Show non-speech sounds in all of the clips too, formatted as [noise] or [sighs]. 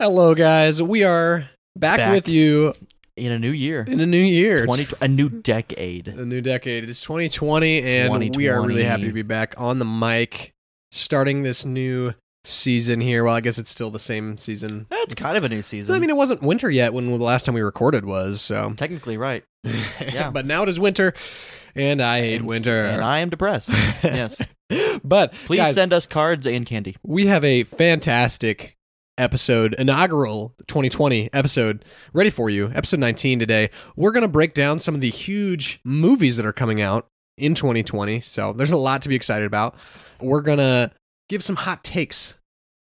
Hello, guys. We are back, Back. with you in a new year, in a new year. twenty a new decade. a new decade. It's 2020, and we are really 2020. happy to be back on the mic, starting this new season here. Well, I guess it's still the same season. That's kind of a new season. I mean, it wasn't winter yet when the last time we recorded was. So, technically, right? Yeah. [laughs] but now it is winter, and I hate And- winter. [laughs] and I am [laughs] depressed. yes, but please guys, send us cards and candy. we have a fantastic episode, inaugural 2020 episode, ready for you. Episode 19 today. We're going to break down some of the huge movies that are coming out in 2020. So there's a lot to be excited about. We're going to give some hot takes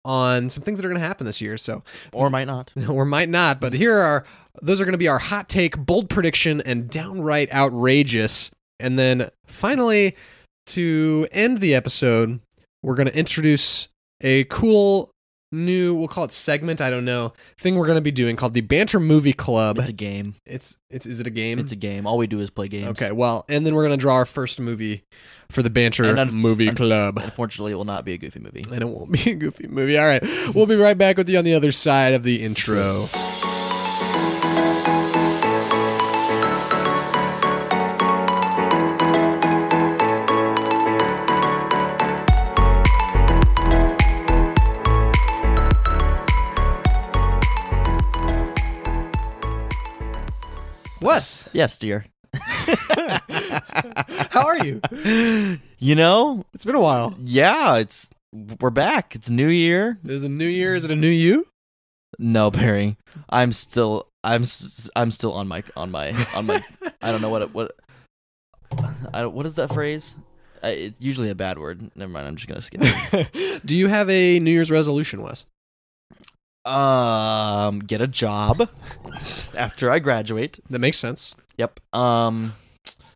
on some things that are going to happen this year. So, Or might not. [laughs] or might not, but here are those are going to be our hot take, bold prediction, and downright outrageous. And then finally, to end the episode, we're going to introduce a cool new, we'll call it segment, I don't know, thing we're going to be doing called the Banter Movie Club. It's a game. It's it's is it a game? It's a game. All we do is play games. okay, well, and then we're going to draw our first movie for the Banter And unf- Movie unf- Club. Unfortunately, it will not be a goofy [laughs] movie. And it won't be a goofy movie. All right. We'll be right back with you on the other side of the intro. Wes, Yes, [laughs] dear. how are you? You know, [laughs] It's been a while. yeah, it's we're back. It's new year. Is it a new year? Is it a new you? No, Barry. I'm still I'm s- I'm still on my on my on my I don't know what it, what [sighs] I don't, what is that phrase? Uh, it's usually a bad word. Never mind. I'm just gonna skip. [laughs] it. Do you have a New Year's resolution, Wes? um, get a job after I graduate. That makes sense. Yep. Um,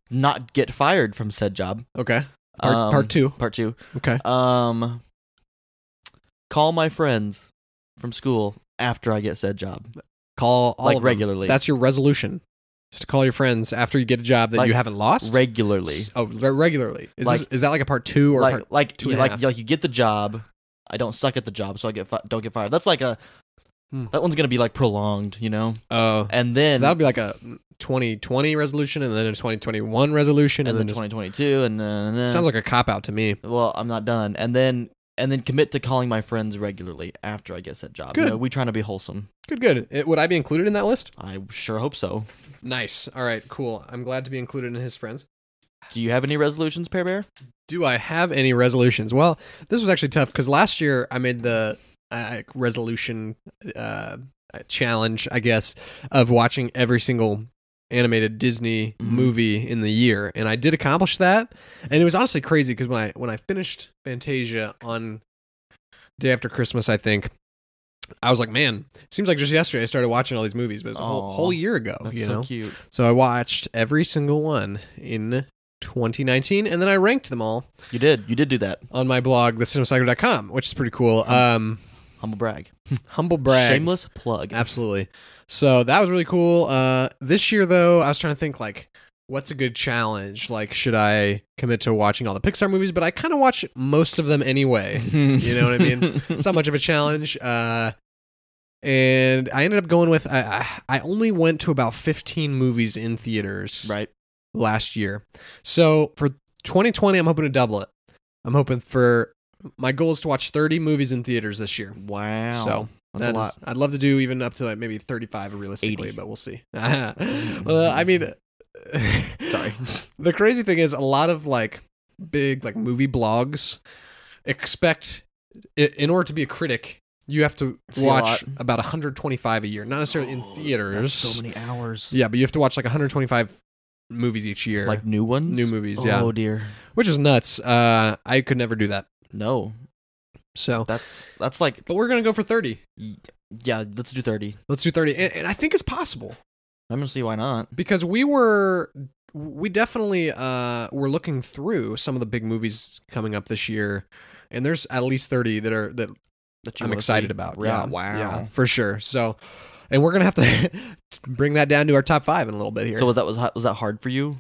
not get fired from said job. Okay. Part, Um, part two. Part two. Okay. Um, call my friends from school after I get said job, Call all like of them. regularly. That's your resolution. Just to call your friends after you get a job that Like, you haven't lost. regularly. S- Oh, re- regularly. Is, Like- this, is that like a part two or like part? like two you, and a like half. like you get the job. I don't suck at the job, so I get fi- don't get fired. That's like a Hmm. that one's gonna be like prolonged, you know. Oh, And then so that would be like a 2020 resolution and then a 2021 resolution and, eh. and, then then, 2022, and then, just, sounds like a cop out to me. well, I'm not done. And then and then commit to calling my friends regularly after I get that job. You Good. know, we trying to be wholesome. Good, good. It, would I be included in that list? I sure hope so. Nice. All right, cool. I'm glad to be included in his friends. Do you have any resolutions, Pear Bear? Do I have any resolutions? Well, this was actually tough because last year I made the uh, resolution uh, challenge, I guess, of watching every single animated Disney Mhm. movie in the year, and I did accomplish that. And it was honestly crazy because when I when I finished Fantasia on day after Christmas, I think. I was like, man, it seems like just yesterday I started watching all these movies, but it's a whole, Aw, whole year ago. That's Oh, you so know, cute. so I watched every single one in 2019, and then I ranked them all You did. You did do that. on my blog, thecinemasacro.com, which is pretty cool. Um, Humble brag. humble brag. Shameless [laughs] plug. Absolutely. So that was really cool. Uh, this year, though, I was trying to think, like, what's a good challenge? Like, should I commit to watching all the Pixar movies? But I kind of watch most of them [laughs] anyway. you know what I mean? it's not much of a challenge. Uh, and I ended up going with I, I I only went to about 15 movies in theaters [laughs] right. last year. So for 2020, I'm hoping to double it. I'm hoping for my goal is to watch 30 movies in theaters this year. Wow. So that's that a lot. is- I'd love to do even up to like maybe 35 realistically, 80. but we'll see. [laughs] well, I mean, [laughs] Sorry. The crazy thing is, a lot of like big like movie blogs expect, i- in order to be a critic, you have to See a watch lot. Oh, about 125 a year, not necessarily in theaters. That's so many hours. Yeah, but you have to watch like 125 movies each year, Like new ones? new movies, yeah. Oh dear. which is nuts. Uh, I could never do that. No. So, That's that's like but we're gonna go for 30. yeah, let's do 30. Let's do 30, and, and I think it's possible I'm going to see why not. because we were, we definitely uh were looking through some of the big movies coming up this year, and there's at least 30 that are that That you I'm wanna excited see. about. Yeah. Yeah, yeah, for sure. So, and we're gonna have to [laughs] bring that down to our top five in a little bit here. So was that was ha- was that hard for you?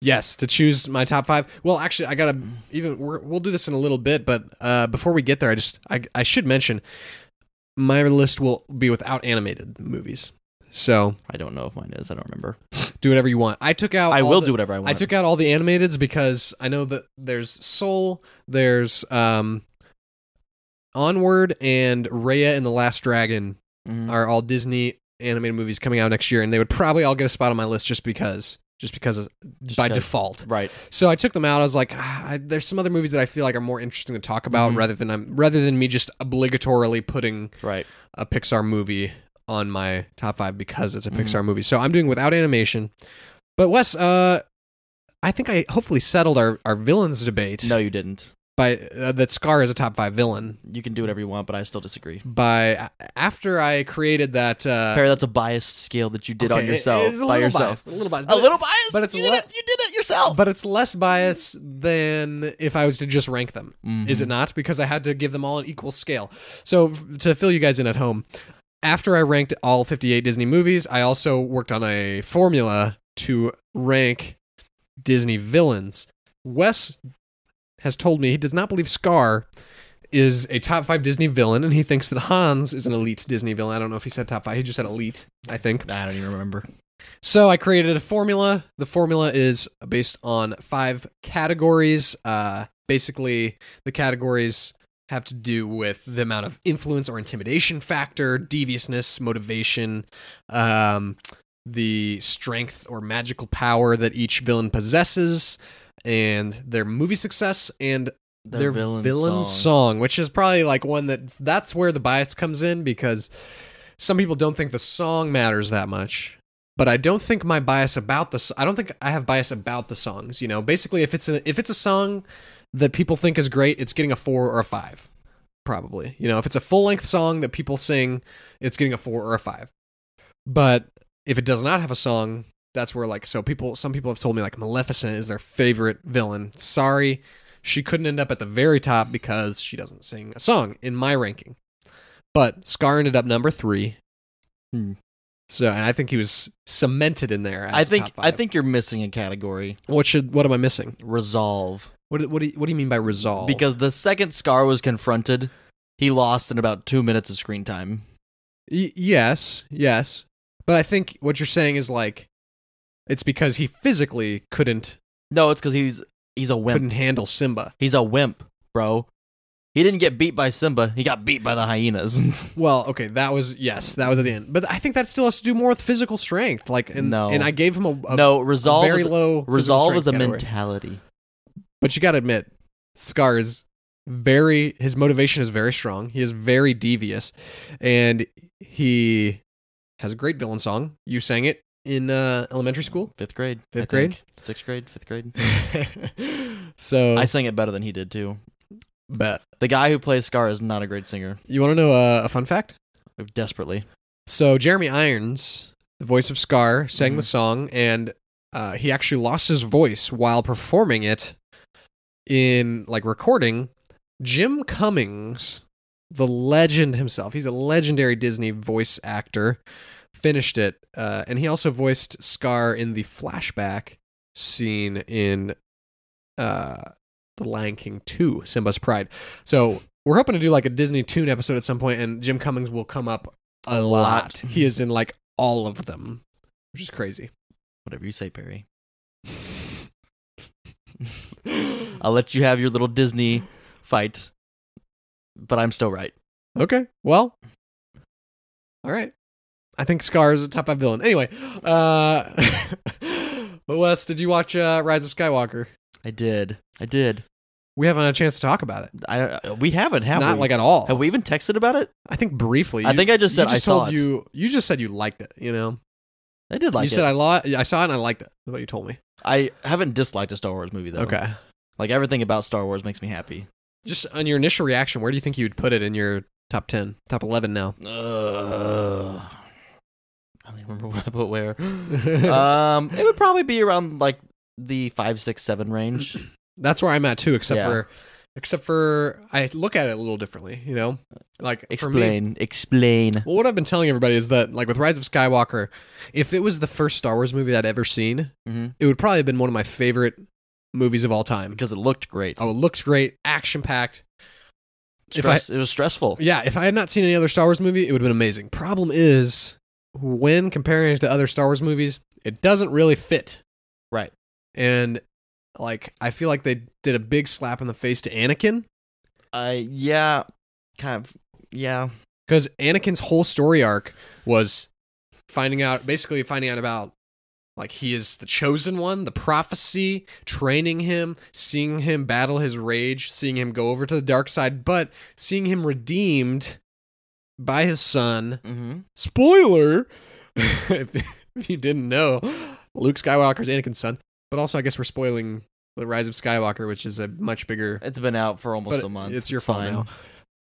Yes, to choose my top five. Well, actually, I gotta even we're, we'll do this in a little bit, but uh, before we get there, I just I, I should mention my list will be without animated movies. So I don't know if mine is. I don't remember. do whatever you want. I took out. I Oh, all will the- do whatever I I want. took out all the animateds because I know that there's Soul, there's um, Onward, and Raya and the Last Dragon Mhm. are all Disney animated movies coming out next year, and they would probably all get a spot on my list just because, just because of, Just by because- default. [laughs] Right. So I took them out. I was like, ah, I, there's some other movies that I feel like are more interesting to talk about Mhm. rather than I'm rather than me just obligatorily putting Right. a Pixar movie on my top five because it's a Mhm. Pixar movie. So I'm doing without animation. But Wes, uh, I think I hopefully settled our, our villains debate No, you didn't. by uh, that Scar is a top five villain. You can do whatever you want, but I still disagree. By a- after I created that uh, Perry, that's a biased scale that you did okay, on it- yourself it's a by little yourself. biased, a little biased, a but- little biased, but it's you, le- did it, you did it yourself. but it's less bias than if I was to just rank them. Mm-hmm. is it not? Because I had to give them all an equal scale. So f- to fill you guys in at home, after I ranked all 58 Disney movies, I also worked on a formula to rank Disney villains. Wes has told me he does not believe Scar is a top five Disney villain, and he thinks that Hans is an elite Disney villain. I don't know if he said top five; he just said elite, I think. I don't even remember. So I created a formula. The formula is based on five categories. Uh, basically, the categories have to do with the amount of influence or intimidation factor, deviousness, motivation, um, the strength or magical power that each villain possesses, and their movie success and Their, their, villain, song, which is probably like one that that's where the bias comes in because some people don't think the song matters that much. But I don't think my bias about the s- I don't think I have bias about the songs. You know, basically, if it's a, if it's a song that people think is great, it's getting a four or a five, probably. You know, if it's a full length song that people sing, it's getting a four or a five. But if it does not have a song, that's where like so people some people have told me like Maleficent is their favorite villain. Sorry, she couldn't end up at the very top because she doesn't sing a song in my ranking. But Scar ended up number three. Hmm. So, and I think he was cemented in there. As I think top I five. think you're missing a category. What should? What am I missing? Resolve. What What do you, What do you mean by resolve? Because the second Scar was confronted, he lost in about two minutes of screen time. Y- yes, yes. But I think what you're saying is like, it's because he physically couldn't No, it's because he's he's a wimp. couldn't handle Simba. He's a wimp, bro. He didn't get beat by Simba. He got beat by the hyenas. Well, okay, that was yes, that was at the end. But I think that still has to do more with physical strength. Like, and No. and I gave him a, [laughs] a- no, a resolve. very is, low physical resolve is a strength category. mentality. But you got to admit, Scar is very his motivation is very strong. He is very devious, and he has a great villain song. You sang it in uh, elementary school, [laughs] Fifth grade. I Fifth grade? think. Sixth grade. Fifth grade. so I sang it better than he did too. bet. The guy who plays Scar is not a great singer. You want to know uh, a fun fact? Desperately. So Jeremy Irons, the voice of Scar, sang the Mhm. song, and uh, he actually lost his voice while performing it in like recording. Jim Cummings, the legend himself, he's a legendary Disney voice actor, finished it, uh, and he also voiced Scar in the flashback scene in uh, The Lion King Two: Simba's Pride. So. We're hoping to do like a Disney Tune episode at some point, and Jim Cummings will come up a lot. lot. He is in like all of them, which is crazy. Whatever you say, Perry. I'll let you have your little Disney fight, but I'm still right. Okay. Well, all right. I think Scar is a top five villain. Anyway, uh, [laughs] but Wes, did you watch uh, Rise of Skywalker? I did. I did. We haven't had a chance to talk about it. I don't. We haven't, have Not we? like at all. have we even texted about it? I think briefly. I you- think I just you said I saw told it. you. You just said you liked it. You know. I did like you it. said I, lo- I saw it and I liked it. That's what you told me. I haven't disliked a Star Wars movie though. Okay. Like everything about Star Wars makes me happy. Just on your initial reaction, where do you think you'd put it in your top ten, top eleven [laughs] now? [laughs] Ugh. I don't even remember [laughs] what I put where. um, it would probably be around like the five, six, seven range. That's where I'm at too, except Yeah. for except for I look at it a little differently, you know? Like for me. Explain, explain. Well, what I've been telling everybody is that like with Rise of Skywalker, if it was the first Star Wars movie I'd ever seen, Mm-hmm. it would probably have been one of my favorite movies of all time. Because it looked great. Oh, it looks great, action packed. If I- Stress, it was stressful. Yeah, if I had not seen any other Star Wars movie, it would have been amazing. Problem is, when comparing it to other Star Wars movies, it doesn't really fit. Right. And like I feel like they did a big slap in the face to Anakin Uh, yeah, kind of. Yeah, cuz Anakin's whole story arc was finding out basically finding out about like he is the chosen one, the prophecy, training him, seeing him battle his rage, seeing him go over to the dark side, but seeing him redeemed by his son mm-hmm. spoiler [laughs] if, if you didn't know luke skywalker's anakin's son but also i guess we're spoiling the rise of skywalker which is a much bigger it's been out for almost but a month. it's your fault fine. now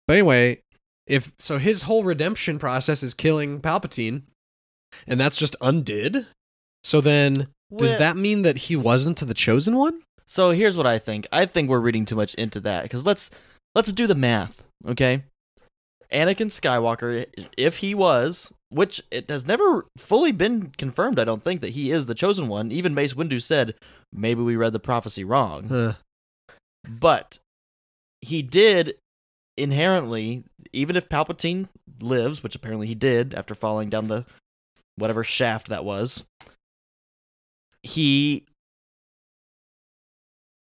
but anyway if so his whole redemption process is killing palpatine and that's just undid so then does Well- that mean that he wasn't the chosen one So here's what I think. I think we're reading too much into that because let's let's do the math, okay? Anakin Skywalker, if he was, which it has never fully been confirmed, I don't think that he is the chosen one. Even Mace Windu said maybe we read the prophecy wrong, Huh. but he did inherently, even if Palpatine lives, which apparently he did after falling down the whatever shaft that was, he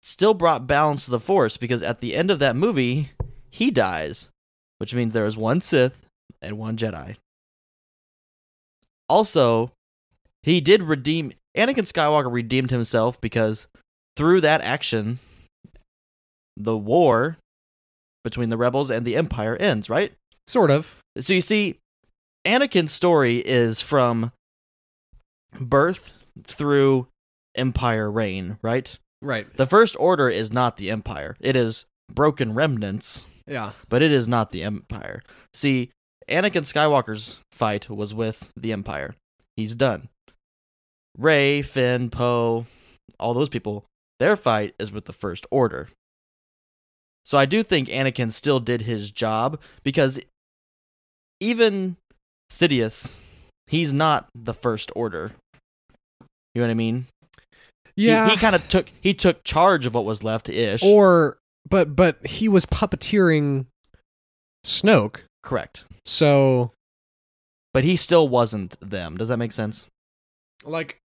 still brought balance to the Force because at the end of that movie, he dies, which means there is one Sith and one Jedi. Also, he did redeem Anakin Skywalker redeemed himself because through that action, the war between the rebels and the empire ends, right? sort of So you see, Anakin's story is from birth through empire reign, right? right The First Order is not the empire, it is broken remnants, yeah but it is not the empire. See, Anakin Skywalker's fight was with the empire. He's done. Ray, Finn, Poe, all those people, their fight is with the First Order. So I do think Anakin still did his job because even Sidious, he's not the First Order. You know what I mean? He- yeah He, kind of took he took charge of what was left ish. or but but he was puppeteering snoke Correct. so But he still wasn't them. Does that make sense? like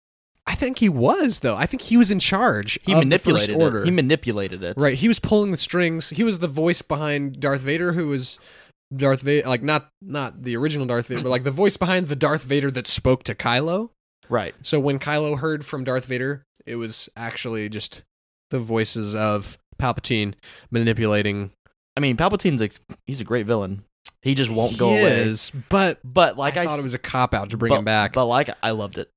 I think he was though. I think he was in charge. He of the manipulated First order. it. He manipulated it. right. He was pulling the strings. He was the voice behind Darth Vader, who was Darth Vader, like not not the original Darth Vader, but like the voice behind the Darth Vader that spoke to Kylo. Right. So when Kylo heard from Darth Vader, it was actually just the voices of Palpatine manipulating. I mean, Palpatine's ex- he's a great villain. He just won't go He away. is, but But like I, I thought it s- was a cop out to bring but, him back. But like I loved it.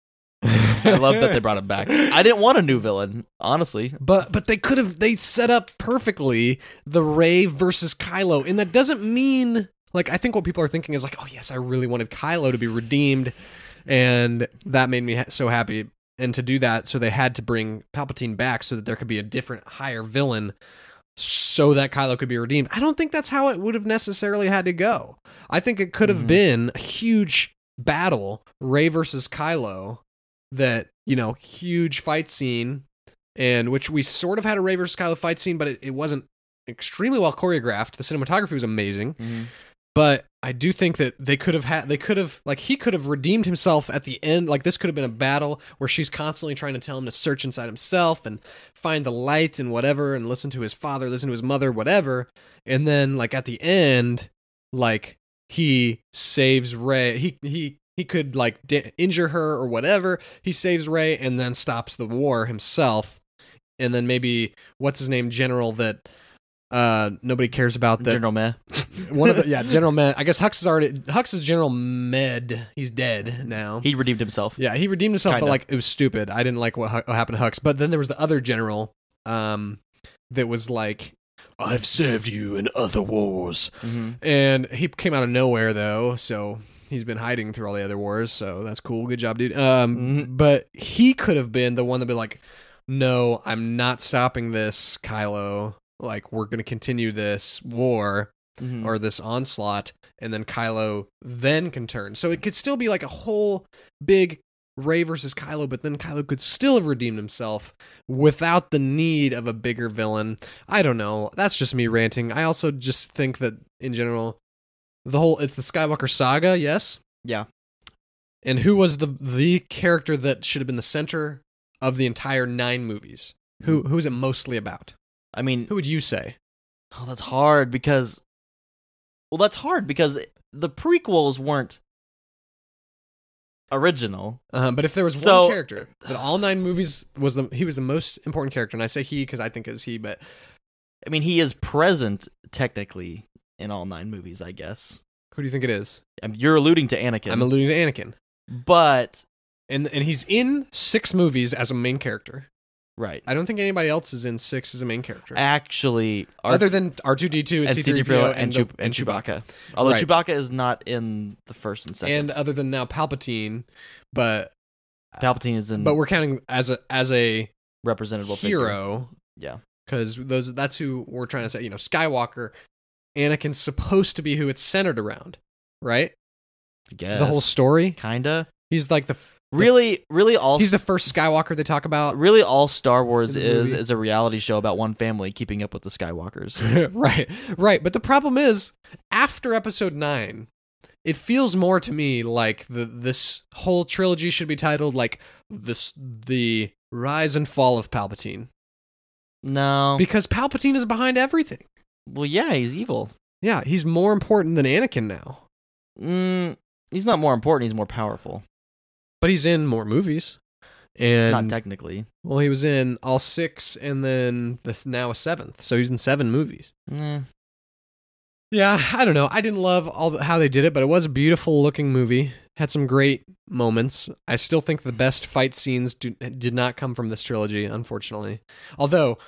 I love [laughs] that they brought him back. I didn't want a new villain, honestly. But but they could have they set up perfectly the Ray versus Kylo, and that doesn't mean like I think what people are thinking is like, oh yes, I really wanted Kylo to be redeemed, and that made me ha- so happy. And to do that, so they had to bring Palpatine back so that there could be a different, higher villain, so that Kylo could be redeemed. I don't think that's how it would have necessarily had to go. I think it could have Mhm. been a huge battle, Ray versus Kylo, that you know, huge fight scene and which we sort of had a Ray versus Kylo fight scene, but it, it wasn't extremely well choreographed. The cinematography was amazing, but I do think that they could have had they could have like he could have redeemed himself at the end. Like this could have been a battle where she's constantly trying to tell him to search inside himself and find the light and whatever, and listen to his father, listen to his mother, whatever, and then like at the end, like he saves Ray. He he. He could like da- injure her or whatever. He saves Ray and then stops the war himself and then maybe what's his name general that uh nobody cares about that General Meh. one [laughs] of the yeah general med i guess hux is already hux is general med he's dead now He redeemed himself. Oh. yeah he redeemed himself Kinda. but like it was stupid i didn't like what, Hu- what happened to hux but then there was the other general um that was like i've served you in other wars Mhm. and he came out of nowhere though so he's been hiding through all the other wars so that's cool good job dude um Mhm. but he could have been the one to be like no i'm not stopping this kylo like we're gonna continue this war Mhm. or this onslaught and then kylo then can turn so it could still be like a whole big Ray versus Kylo, but then Kylo could still have redeemed himself without the need of a bigger villain. I don't know. That's just me ranting. I also just think that in general, the whole it's the Skywalker saga, yes. Yeah. And who was the the character that should have been the center of the entire nine movies? Who who is it mostly about? I mean, Who would you say? oh, that's hard because. Well, that's hard because the prequels weren't original. Uh, but if there was So- one character that all nine movies was the he was the most important character, and I say he because I think it's he, but I mean, he is present technically in all nine movies, I guess. who do you think it is? I mean, you're alluding to Anakin, I'm alluding to Anakin, but and and he's in six movies as a main character. right, I don't think anybody else is in six as a main character, actually, R- other than R two D two and and C three C-3PO PO and, Chew- and Chewbacca. Although Right. Chewbacca is not in the first and second, and uh, other than now Palpatine, but Palpatine is in but we're counting as a as a representable figure. hero. Yeah. Because those that's who we're trying to say, you know, Skywalker, Anakin's supposed to be who it's centered around, right? I guess. The whole story. kinda He's like the f- the- really, really all he's the first Skywalker they talk about. really all Star Wars In the is movie. is a reality show about one family keeping up with [laughs] the Skywalkers. right. Right, but the problem is after episode 9, it feels more to me like the this whole trilogy should be titled like this the rise and fall of Palpatine no, because Palpatine is behind everything. well, yeah, he's evil. Yeah, he's more important than Anakin now. Mm, he's not more important. He's more powerful. but he's in more movies. And not technically. well, he was in all six, and then the, now a seventh. So he's in seven movies. Eh. Yeah, I don't know. I didn't love all the, how they did it, but it was a beautiful looking movie. Had some great moments. I still think the best fight scenes do, did not come from this trilogy, unfortunately. Although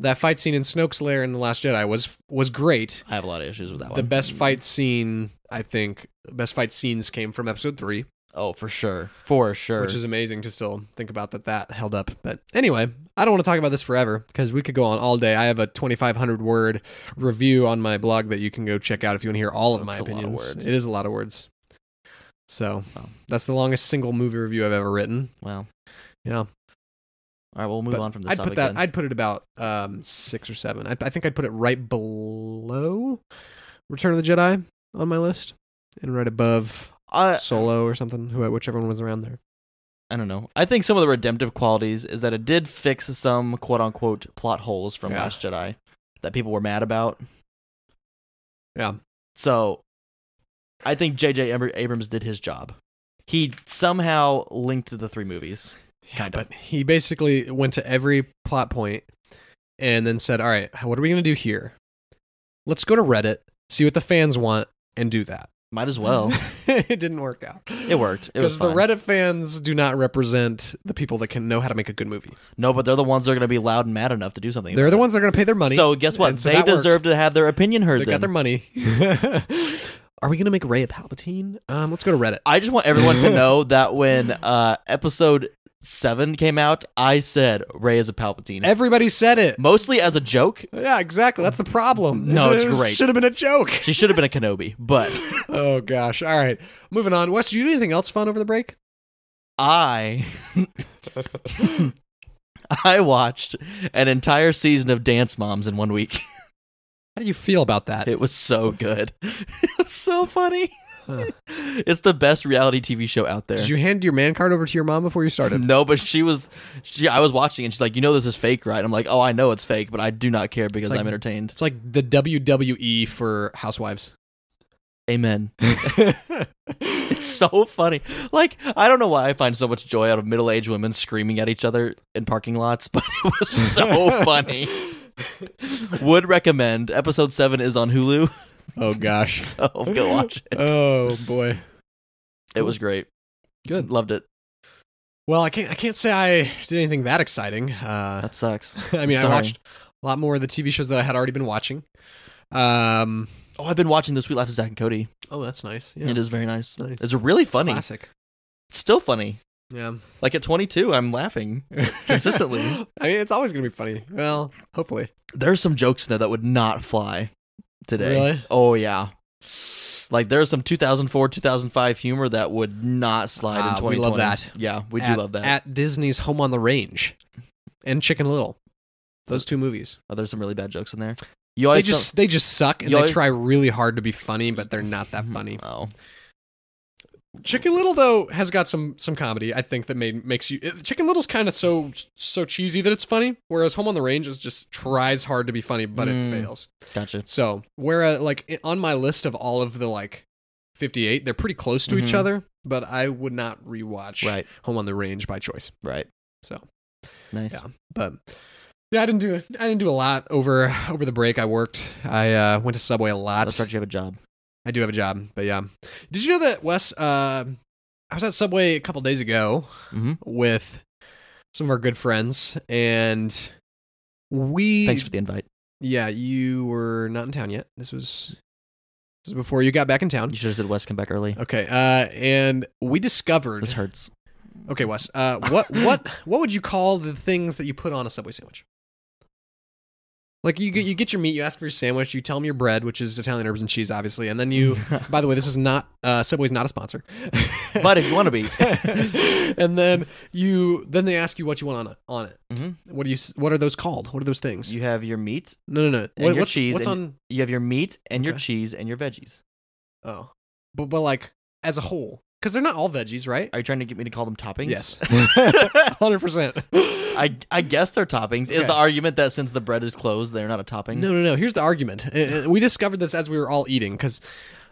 that fight scene in Snoke's lair in the Last Jedi was was great. I have a lot of issues with that The one. best fight scene, I think, best fight scenes came from Episode Three. Oh, for sure, for sure. which is amazing to still think about that that held up. But anyway, I don't want to talk about this forever because we could go on all day. I have a 2,500 word review on my blog that you can go check out if you want to hear all of That's my a lot of opinions. words. It is a lot of words. So Wow. that's the longest single movie review I've ever written. wow. Yeah. All right, we'll move But on from this I'd topic. put that. then. I'd put it about um, six or seven. I, I think I'd put it right below Return of the Jedi on my list, and right above I, Solo or something. Who, whichever one was around there. I don't know. I think some of the redemptive qualities is that it did fix some quote unquote plot holes from Yeah. Last Jedi that people were mad about. Yeah. So I think J.J. Abr- Abrams did his job. He somehow linked the three movies. Yeah, Kind of. but he basically went to every plot point and then said, "All right, what are we going to do here? Let's go to Reddit, see what the fans want, and do that." Might as well. [laughs] it didn't work out. it worked. It was the fine. Reddit fans do not represent the people that can know how to make a good movie. no, but they're the ones that are going to be loud and mad enough to do something. They're about the it. ones that are going to pay their money. So guess what? and so they that worked. deserve to have their opinion heard. they then. got their money. [laughs] are we going to make Ray a Palpatine? Um, let's go to Reddit. I just want everyone [laughs] to know that when uh, episode seven came out, I said Ray is a Palpatine, Everybody said it. mostly as a joke. Yeah, exactly. That's the problem. No, it's This great. Should have been a joke. She should have been a Kenobi, but oh gosh. All right. Moving on. Wes, did you do anything else fun over the break? I, [laughs] I watched an entire season of Dance Moms in one week. How do you feel about that? It was so good. [laughs] It was so funny. Huh. It's the best reality TV show out there. Did you hand your man card over to your mom before you [laughs] started? No, but she was, she. I was watching, and she's like, "You know, this is fake, right?" I'm like, "Oh, I know it's fake, but I do not care because like- I'm entertained." It's like the WWE for [laughs] housewives. Amen. [laughs] It's it's so funny. Like I don't know why I find so much joy out of middle-aged women screaming at each other in parking lots, [laughs] but it [laughs] was so funny. Would recommend. Episode seven is on Hulu, [laughs] Oh gosh. so go watch it. Oh boy. it was great. Good. loved it. Well, I can't I can't say I did anything that exciting. Uh [laughs] That sucks. I mean, I Sorry. watched a lot more of the TV shows that I had already been watching. Um Oh, I've been watching The Sweet Life of Zach and Cody. Oh, that's nice. Yeah. It is very nice. Nice. It's really funny. Classic. It's still funny. Yeah. Like at 22, [laughs] I'm laughing. Consistently. I mean, it's always going to be funny. Well, hopefully. There's some jokes in there that would not fly today. Really? Oh yeah. Like there's some 2004, 2005 humor that would not slide in Ah, 2020. we love that. Yeah, we do at, love that. At Disney's Home on the Range and Chicken Little. Those two movies. Are there Oh, some really bad jokes in there? They You always just they just suck and you they always- try really hard to be funny, but they're not that don't- funny. Oh, Chicken Little though has got some some comedy I think that made makes you it- Chicken Little's kind of so so cheesy that it's funny, whereas Home on the Range is just tries hard to be funny but Mm. it fails. gotcha. So whereas like i- on my list of all of the like 58, they're pretty close to each Mhm. other, but I would not rewatch Right, Home on the Range by choice. right. So Nice. Yeah. but yeah, I didn't do I didn't do a lot over over the break. I worked. I uh, went to Subway a lot. That's right. You have a job. I do have a job, but yeah. Did you know that Wes? Uh, I was at Subway a couple days ago Mhm. with some of our good friends, and we. Thanks for the invite. yeah, you were not in town yet. This was this was before you got back in town. You should have said Wes, come back early. Okay, uh, and we discovered. This hurts. Okay, Wes. Uh, what what what would you call the things that you put on a subway sandwich? Like you get you get your meat, you ask for your sandwich, you tell them your bread, which is Italian herbs and cheese, obviously, and then you. By the way, this is not uh, Subway's not a sponsor, [laughs] but if you want to be, [laughs] and then you then they ask you what you want on it. On it. Mhm. What do you s- What are those called? What are those things? [laughs] you have your meat, no, no, no. your what's, cheese What's and- on? you have your meat and your Okay. cheese and your veggies. Oh, but but like as a whole, because they're not all veggies, right? Are you trying to get me to call them toppings? Yes, [laughs] [laughs] hundred percent. I, I guess they're toppings. Is Okay. the argument that since the bread is closed, they're not a topping? No, no, no. Here's the argument. Uh, uh, we discovered this as we were all eating because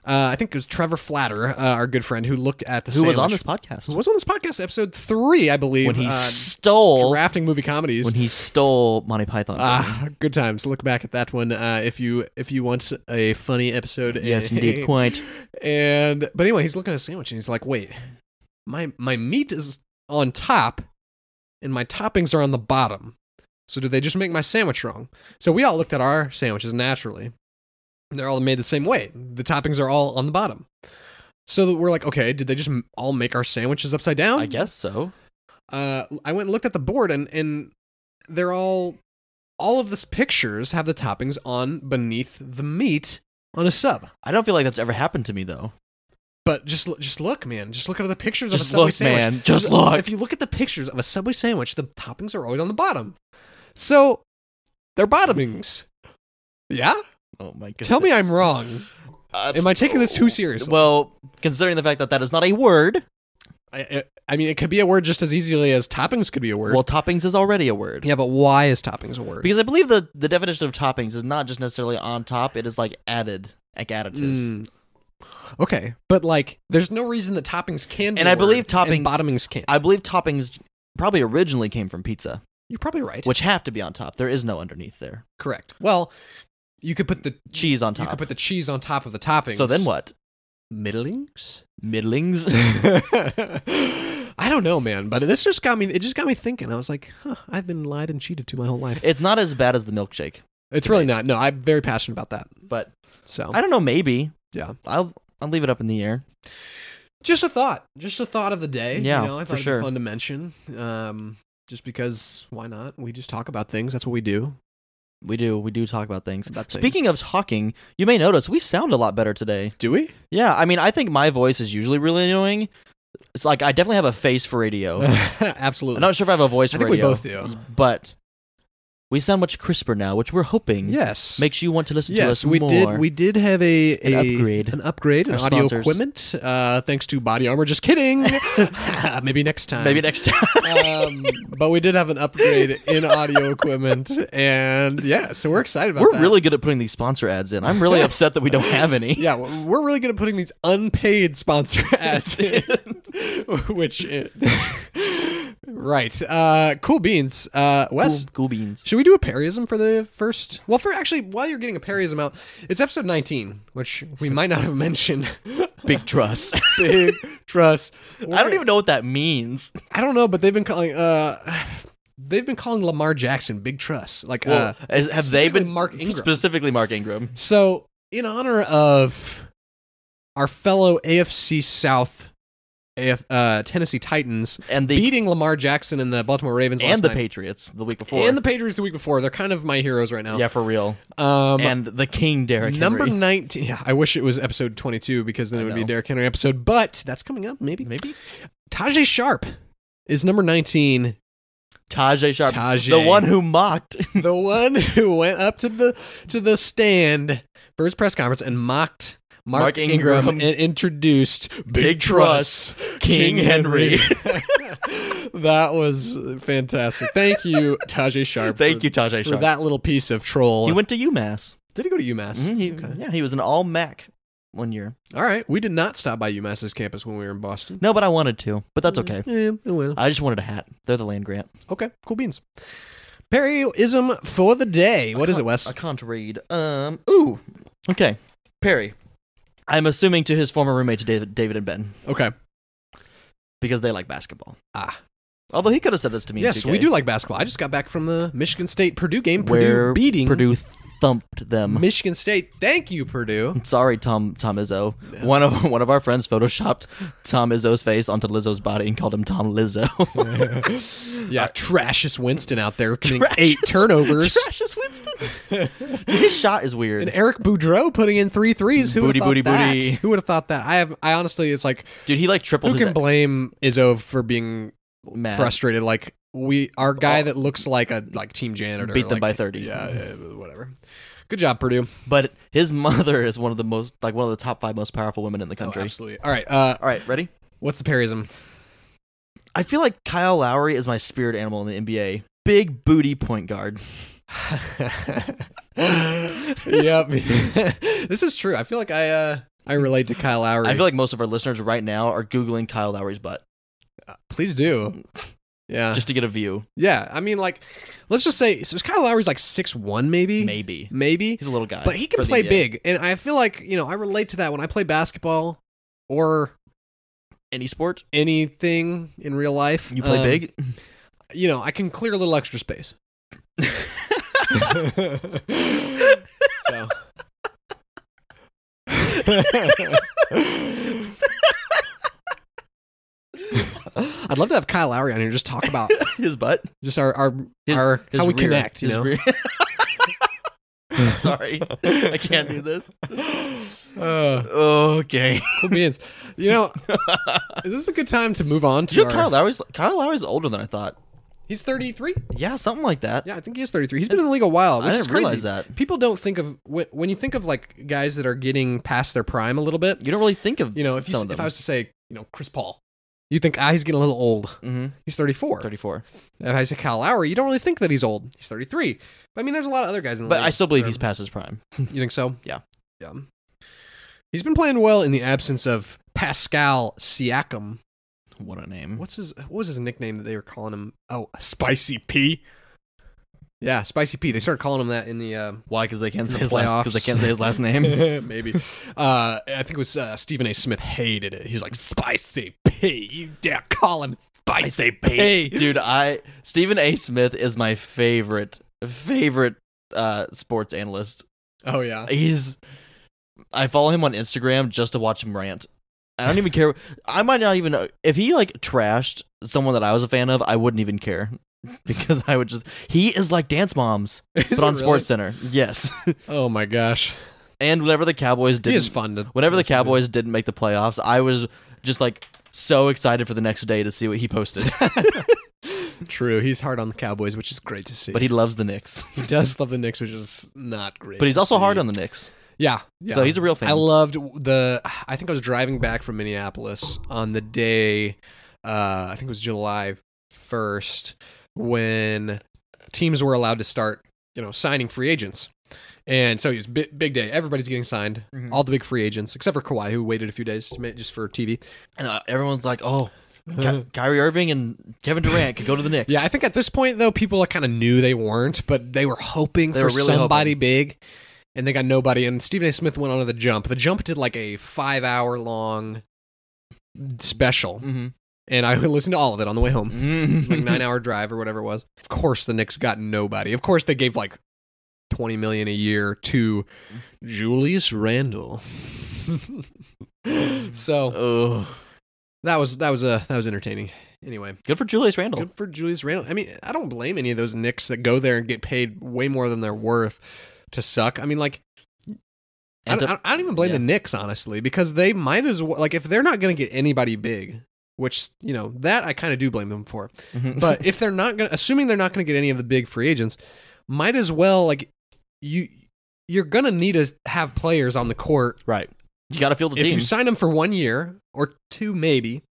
uh, I think it was Trevor Flatter, uh, our good friend, who looked at the Who was on sandwich- this podcast? who was on this podcast episode three, I believe, when he uh, stole drafting movie comedies. when he stole Monty Python. Ah, good times. Look back at that one uh, if you if you want a funny episode. [laughs] yes, indeed, quite. And but anyway, he's looking at a sandwich and he's like, "Wait, my my meat is on top, and my toppings are on the bottom. So did they just make my sandwich wrong?" So we all looked at our sandwiches naturally. They're all made the same way. The toppings are all on the bottom. So we're like, "Okay, did they just m- all make our sandwiches upside down?" I guess so. uh, I went and looked at the board, and and they're all all of the pictures have the toppings on beneath the meat on a sub. I don't feel like that's ever happened to me though. But just l- just look, man. Just look at the pictures of a Just subway look, sandwich. man. Just If- look. If you look at the pictures of a subway sandwich, the toppings are always on the bottom. So they're bottomings. Yeah, oh my god. tell me I'm wrong. Am I taking this too seriously? Well, considering the fact that that is not a word, I, I, I mean, it could be a word just as easily as toppings could be a word. well, toppings is already a word. yeah, but why is toppings a word? Because I believe the the definition of toppings is not just necessarily on top; it is like added, like additives. Mm. Okay, but like, there's no reason that toppings can. Be And a I believe word and toppings- bottomings can't. I believe toppings probably originally came from pizza, You're probably right. which have to be on top. There is no underneath there. Correct. Well, you could put the Cheese on you could top. put the cheese on top of the toppings. So then what? Middlings. Middlings. [laughs] I don't know, man, but this just got me. It just got me thinking. I was like, huh, I've been lied and cheated to my whole life. it's not as bad as the milkshake, It's really not. No, I'm very passionate about that. but So I don't know. Maybe. Yeah. I'll I'll leave it up in the air. just a thought, just a thought of the day. Yeah, you know, I thought for it'd sure. be fun to mention. Um, just because why not? We just talk about things. That's what we do. We do we do talk about things. About things. Speaking of talking, you may notice we sound a lot better today. Do [laughs] we? Yeah, I mean, I think my voice is usually really annoying. It's like I definitely have a face [laughs] for radio. Absolutely. I'm not sure if I have a voice I for think we radio. both do. But we sound much crisper now, which we're hoping Yes. makes you want to listen to yes, us we more. did. We did have a, An a- upgrade. an upgrade, in Our audio sponsors. equipment. Uh, thanks to Body Armor. Just [laughs] kidding. [laughs] Maybe next time. Maybe next time. um, but we did have an upgrade in audio equipment, and yeah, so we're excited about we're that. really good at putting these sponsor ads in. I'm really upset that we don't have any. yeah, w- we're really good at putting these unpaid sponsor [laughs] ads in, which, uh, right? Uh, cool beans, uh, Cool, Wes. cool beans. Should we do a parism for the first? Well, for actually, while you're getting a parism out, it's episode 19, which we might not have mentioned. Big trust. [laughs] Big trust. I don't even know what that means. I don't know, but they've been calling. Uh, they've been calling Lamar Jackson big trust. Like, uh, Well, as- have they specifically been Mark Ingram. specifically Mark Ingram? So, in honor of our fellow AFC South AF, uh, Tennessee Titans and the beating Lamar Jackson and the Baltimore Ravens last and the night. Patriots the week before. and the Patriots the week before. They're kind of my heroes right now. yeah, for real. Um, and the King Derrick number Henry. nineteen. Yeah, I wish it was episode twenty-two because then it I would be know. Derrick Henry episode. But that's coming up maybe. maybe Tajay Sharp is number nineteen. Tajay Sharp, Tajay. the one [laughs] who mocked. the one who went up to the to the stand for his press conference and mocked Mark, Mark Ingram, Ingram. and introduced Big Truss, King [laughs] Henry. [laughs] that was fantastic. Thank you, Tajay Sharp. [laughs] Thank for, you, Tajay for Sharp. that little piece of troll. He went to UMass. Did he go to UMass? Mhm, he- Okay. Yeah, he was an All Mac one year. All right, we did not stop by UMass's campus when we were in Boston. No, but I wanted to. But that's okay. Yeah, oh well. I just wanted a hat. They're the land grant. Okay, cool beans. Perryism for the day. What is it, Wes? I can't read. Um. Ooh. Okay. Perry. I'm assuming to his former roommates David, David and Ben Okay. because they like basketball. Ah. Although he could have said this to me. in Yes, 2K, we do like basketball. I just got back from the Michigan State Purdue game. Purdue Where beating Purdue thumped them. Michigan State. Thank you, [laughs] Purdue. Sorry, Tom Tom Izzo. Yeah. One of one of our friends photoshopped Tom Izzo's face onto Lizzo's body and called him Tom [laughs] Lizzo. Yeah, Trashus Winston out there committing Trashus- eight turnovers. Trashus Winston. His shot is weird. And Eric Boudreau putting in three threes. Who would Booty, have thought that? booty, booty. Who would have thought that? I have. I honestly, it's like Dude, he like tripled who can his blame Izzo for being mad. Oh. frustrated? Like we, our guy that looks like a like team janitor Beat them like- by 30. Yeah, yeah, whatever. Good job, Purdue. But his mother is one of the most like one of the top five most powerful women in the Oh, country. absolutely. All right. Uh, All right, ready? what's the Perryism? I feel like Kyle Lowry is my spirit animal in the NBA. Big booty point guard. yep. [laughs] this is true. I feel like I uh I relate to Kyle Lowry. I feel like most of our listeners right now are googling Kyle Lowry's butt Uh, Please do. Yeah. just to get a view. yeah. I mean, like, let's just say so Kyle Lowry's like six one, maybe, Maybe maybe, he's a little guy, but he can for the uh, play NBA. big, and I feel like you know I relate to that when I play basketball or Any sport, anything in real life. you play um, big. [laughs] You know, I can clear a little extra space. so. [laughs] I'd love to have Kyle Lowry on here and just talk about his butt. just our our, His- our his how we rear, connect, you his know. rear- [laughs] Sorry, I can't do this. Uh, Okay. cool beans. You [laughs] know, is this a good time to move on to Dude, our- Kyle Lowry's Kyle Lowry's older than I thought. He's 33? Yeah, something like that. Yeah, I think he's 33. He's been in the league a while, which I is didn't crazy. realize that. People don't think of when, when you think of like guys that are getting past their prime a little bit. You don't really think of You know, if you, some of if them. I was to say, you know, Chris Paul, you think ah, he's getting a little old. hmm He's 34. 34. If I say Kyle Lowry, you don't really think that he's old. He's 33. But I mean, there's a lot of other guys in the But I league. still believe Sure. he's past his prime. you think so? Yeah. Yeah. He's been playing well in the absence of Pascal Siakam. What a name. What's his what was his nickname that they were calling him? Oh, Spicy P. Yeah, Spicy P. They started calling him that in the uh Why? Because they can't say The his last. playoffs. Because they can't say his last name. [laughs] maybe. Uh, I think it was uh, Stephen A. Smith hated it. He's like, Spicy P. You dare call him Spicy P. Dude, I Stephen A. Smith is my favorite favorite uh, sports analyst. Oh, yeah. He's I follow him on Instagram just to watch him rant. I don't even care. I might not even know if he like trashed someone that I was a fan of. I wouldn't even care [laughs] because I would just. He is like Dance Moms, [laughs] Is but it on really? Sports Center. Yes, Oh, my gosh. and whenever the Cowboys He is did, fun to. whenever to the listen to. Cowboys didn't make the playoffs, I was just like so excited for the next day to see what he posted. [laughs] True. He's hard on the Cowboys, which is great to see. but he loves [laughs] the Knicks. He does love the Knicks, which is not great. But he's to also see. hard on the Knicks. Yeah, yeah. So he's a real fan. I loved the. I think I was driving back from Minneapolis on the day. Uh, I think it was July first when teams were allowed to start, you know, signing free agents. And so it was big, big day. Everybody's getting signed. Mhm. All the big free agents, except for Kawhi, who waited a few days to make, just for TV. and uh, everyone's like, [laughs] "Oh, Ky- Kyrie Irving and Kevin Durant could go to the Knicks." Yeah, I think at this point though, people kind of knew they weren't, but they were hoping They for were really somebody hoping. big, and they got nobody. And Stephen A. Smith went on to the jump. The jump did like a five-hour long special, [laughs] mm-hmm. and I [laughs] listened to all of it on the way home, [laughs] like Mm-hmm. nine-hour drive or whatever it was. Of course, the Knicks got nobody. Of course, they gave like twenty million a year to Julius Randle. [laughs] so oh, That was that was a that was entertaining. Anyway, Good for Julius Randle. good for Julius Randle. I mean, I don't blame any of those Knicks that go there and get paid way more than they're worth to suck. I mean, like I And don't, to- I don't even blame yeah. the Knicks honestly because they might as well like if they're not going to get anybody big, which you know that I kind of do blame them [laughs] for. Mhm. But if they're not going, to assuming they're not going to get any of the big free agents, might as well like you you're going to need to have players on the court right, you got to field a if team. you sign them for one year or two, maybe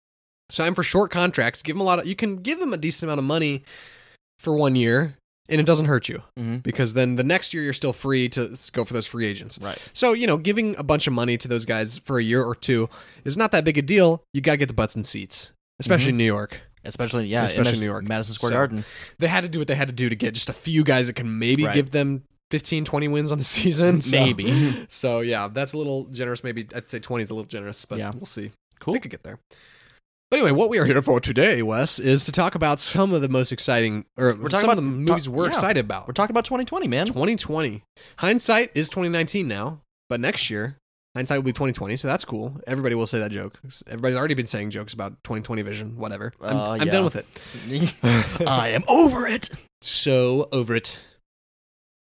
sign 'em for short contracts. Give them a lot of. You can give them a decent amount of money for one year, and it doesn't hurt you Mhm. because then the next year you're still free to s- go for those free agents. Right, So you know, giving a bunch of money to those guys for a year or two is not that big a deal. You got to get the butts and seats, especially Mm-hmm. in New York. especially yeah, Especially especially New York. Madison Square So- [laughs] Garden. They had to do what they had to do to get just a few guys that can maybe Right. give them 15, 20 wins on the [laughs] season. So- [laughs] Maybe. So yeah, that's a little generous. Maybe I'd say 20 is a little generous, but Yeah. we'll see. Cool. They could get there. But anyway, what we are here for today, Wes, is to talk about some of the most exciting, or We're talking some about- of the movies we're yeah. excited about. We're talking about [laughs] 2020, man. 2020. Hindsight is 2019 now, but next year, hindsight will be 2020, so that's cool. Everybody will say that joke. Everybody's already been saying jokes about 2020 vision, whatever. I'm, Uh, I'm yeah. done with [laughs] it. Uh, I am over it. So over it.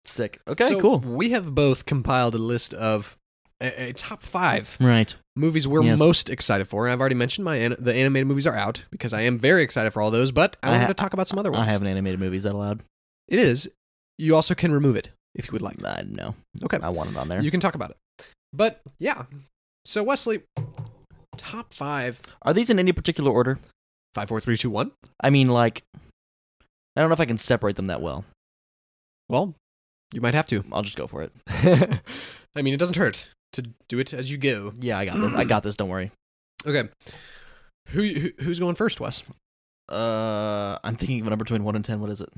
Sick. Okay, So cool. We have both compiled a list of a, a top five Right. movies we're Yes. most excited for. And I've already mentioned my an- the animated movies are out because I am very excited for all those. But I I wanted ha- to talk about some other ones. I have an animated movie. Is that allowed? It is. You also can remove it if you would like. Uh, no. Okay. I want it on there. You can talk about it. But yeah. So Wesley, top five, Are these in any particular order? five, four, three, two, one. I mean, like, I don't know if I can separate them that well. Well, you might have [laughs] to. I'll just go for it. I mean, it doesn't hurt to do it as you go. Yeah, I got this. I got this. Don't worry. Okay. Who, who who's going first, Wes? [clears throat] Uh, I'm thinking of a number between one and ten. What is it?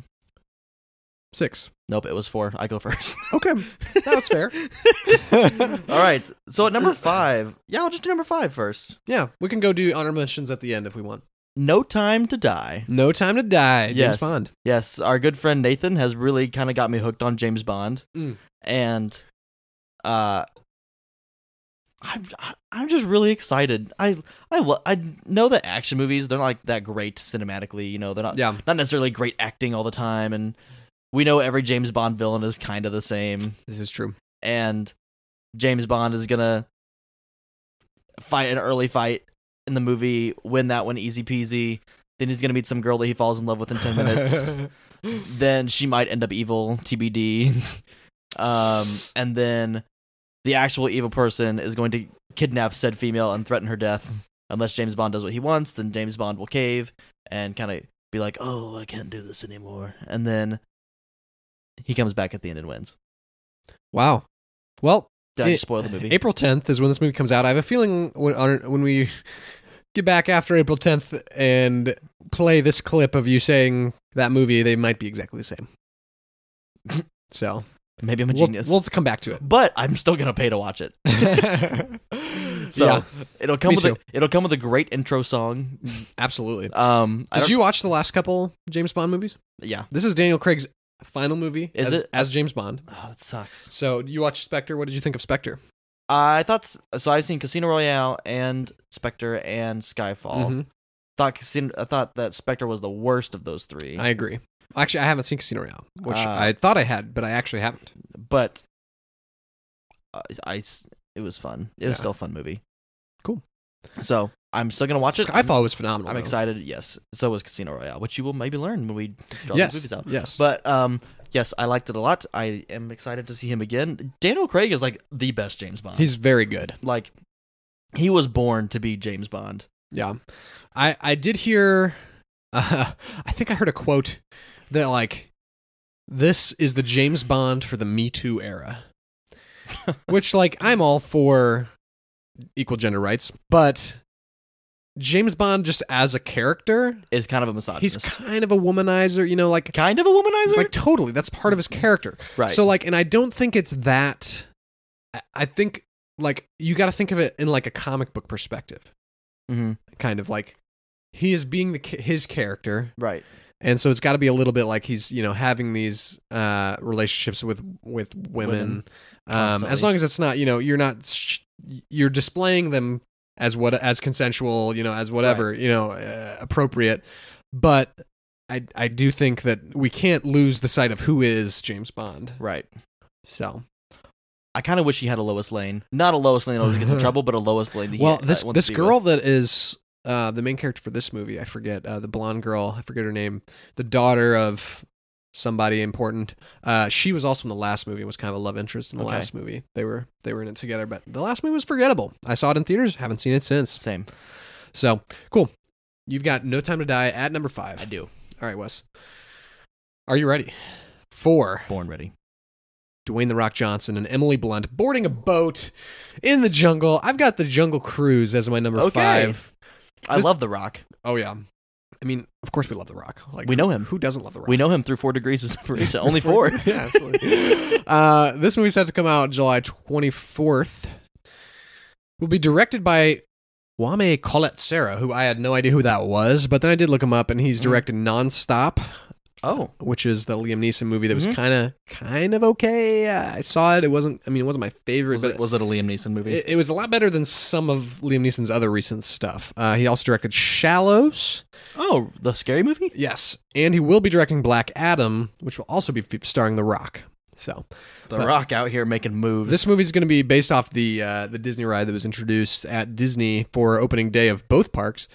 Six. Nope, it was four. I go [laughs] first. Okay, that was fair. [laughs] All right. So at number five, yeah, I'll just do number five first. Yeah, we can go do honor mentions at the end if we want. No Time to Die. No time to die. James Yes. Bond. Yes, our good friend Nathan has really kind of got me hooked on James Bond, Mm. and uh, I'm I'm just really excited. I I lo- I know that action movies they're not like that great cinematically. You know, they're not Yeah, not necessarily great acting all the time, and we know every James Bond villain is kind of the same, this is [laughs] true. and James Bond is gonna fight an early fight in the movie, win that one easy peasy. Then he's gonna meet some girl that he falls in love with in [laughs] ten minutes then she might end up evil tbd [laughs] um and then the actual evil person is going to kidnap said female and threaten her death unless james bond does what he wants then james bond will cave and kind of be like oh i can't do this anymore and then he comes back at the end and wins wow. Well, did i It- just spoil the movie April 10th is when this movie comes out. I have a feeling when on- when we get back after April 10th and play this clip of you saying that movie, they might be exactly the [laughs] same. So maybe i'm a we'll, genius we'll come back to but i'm still gonna pay to watch it [laughs] it. so Yeah. it'll [laughs] come Me with a, it'll come with a great intro song Absolutely. um I Did don't- you watch the last couple James Bond movies? yeah This is Daniel Craig's final movie Is as, it? as James Bond. oh that sucks So you watched Spectre. What did you think of Spectre? I thought so. I've seen Casino Royale and Spectre and Skyfall. Mhm. Thought Casino. I thought that Spectre was the worst of those three. I agree. Actually, I haven't seen Casino Royale, which Uh, I thought I had, but I actually haven't. but uh, I, s- it was fun. It was Yeah. still a fun movie. Cool. So I'm still gonna watch it. I'm- Skyfall was phenomenal. I'm though. excited. Yes. So was Casino Royale, which you will maybe learn when we draw Yes. these movies out. Yes. But um, yes, I liked it a lot. I am excited to see him again. Daniel Craig is like the best James Bond. He's very good. like he was born to be James Bond. Yeah, I I did hear. [laughs] Uh, I think I heard a quote that like, this is the James Bond for the Me Too [laughs] era, which like I'm all for equal gender rights, but James Bond just as a character, Is kind of a misogynist. he's kind of a womanizer. You know, like kind of a womanizer. like totally. That's part of his character. right. So like, and I don't think it's that. I- I think like you got to think of it in like a comic book perspective. mm-hmm. kind of like he is being the ca- his character right, and so it's got to be a little bit like he's you know having these uh relationships with with women, Women. um Constantly. as long as it's not you know you're not sh- you're displaying them as what as consensual, you know, as whatever, you know, uh, appropriate. But I I do think that we can't lose the sight of who is James Bond. Right. So I kind of wish he had a Lois Lane. Not a Lois Lane that always [laughs] gets in trouble, but a Lois Lane. That he well, that this wants this to be girl that with. is uh, the main character for this movie, I forget uh, the blonde girl, I forget her name, the daughter of somebody important. Uh, she was also in the last movie, and was kind of a love interest in the Okay. last movie. They were they were in it together, but the last movie was forgettable. I saw it in theaters, haven't seen it since. Same. So cool. You've got No Time to Die at number five. I do. All right, Wes. Are you ready? For Born ready. Dwayne the Rock Johnson and Emily Blunt boarding a boat in the jungle. I've got the Jungle Cruise as my number Okay. five. I This- love The Rock. Oh yeah. I mean, of course we love The Rock. Like We know him. Who doesn't love The Rock? We know him through four degrees of [laughs] separation. Only four. [laughs] yeah. absolutely. uh, this movie's set to come out July 24th. Will be directed by Wame Sarah, who I had no idea who that was, but then I did look him up, and he's Mm. directed Nonstop, [laughs] Oh, which is the Liam Neeson movie that was Mhm. kind of kind of okay. Uh, I saw it. It wasn't. I mean, it wasn't my favorite, was but it, was it a Liam Neeson movie? it, it was a lot better than some of Liam Neeson's other recent stuff. Uh, he also directed Shallows, oh, the scary movie. Yes, and he will be directing Black Adam, which will also be f- starring The Rock. So The But- Rock out here making moves. this movie is going to be based off the uh, the Disney ride that was introduced at Disney for opening day of both parks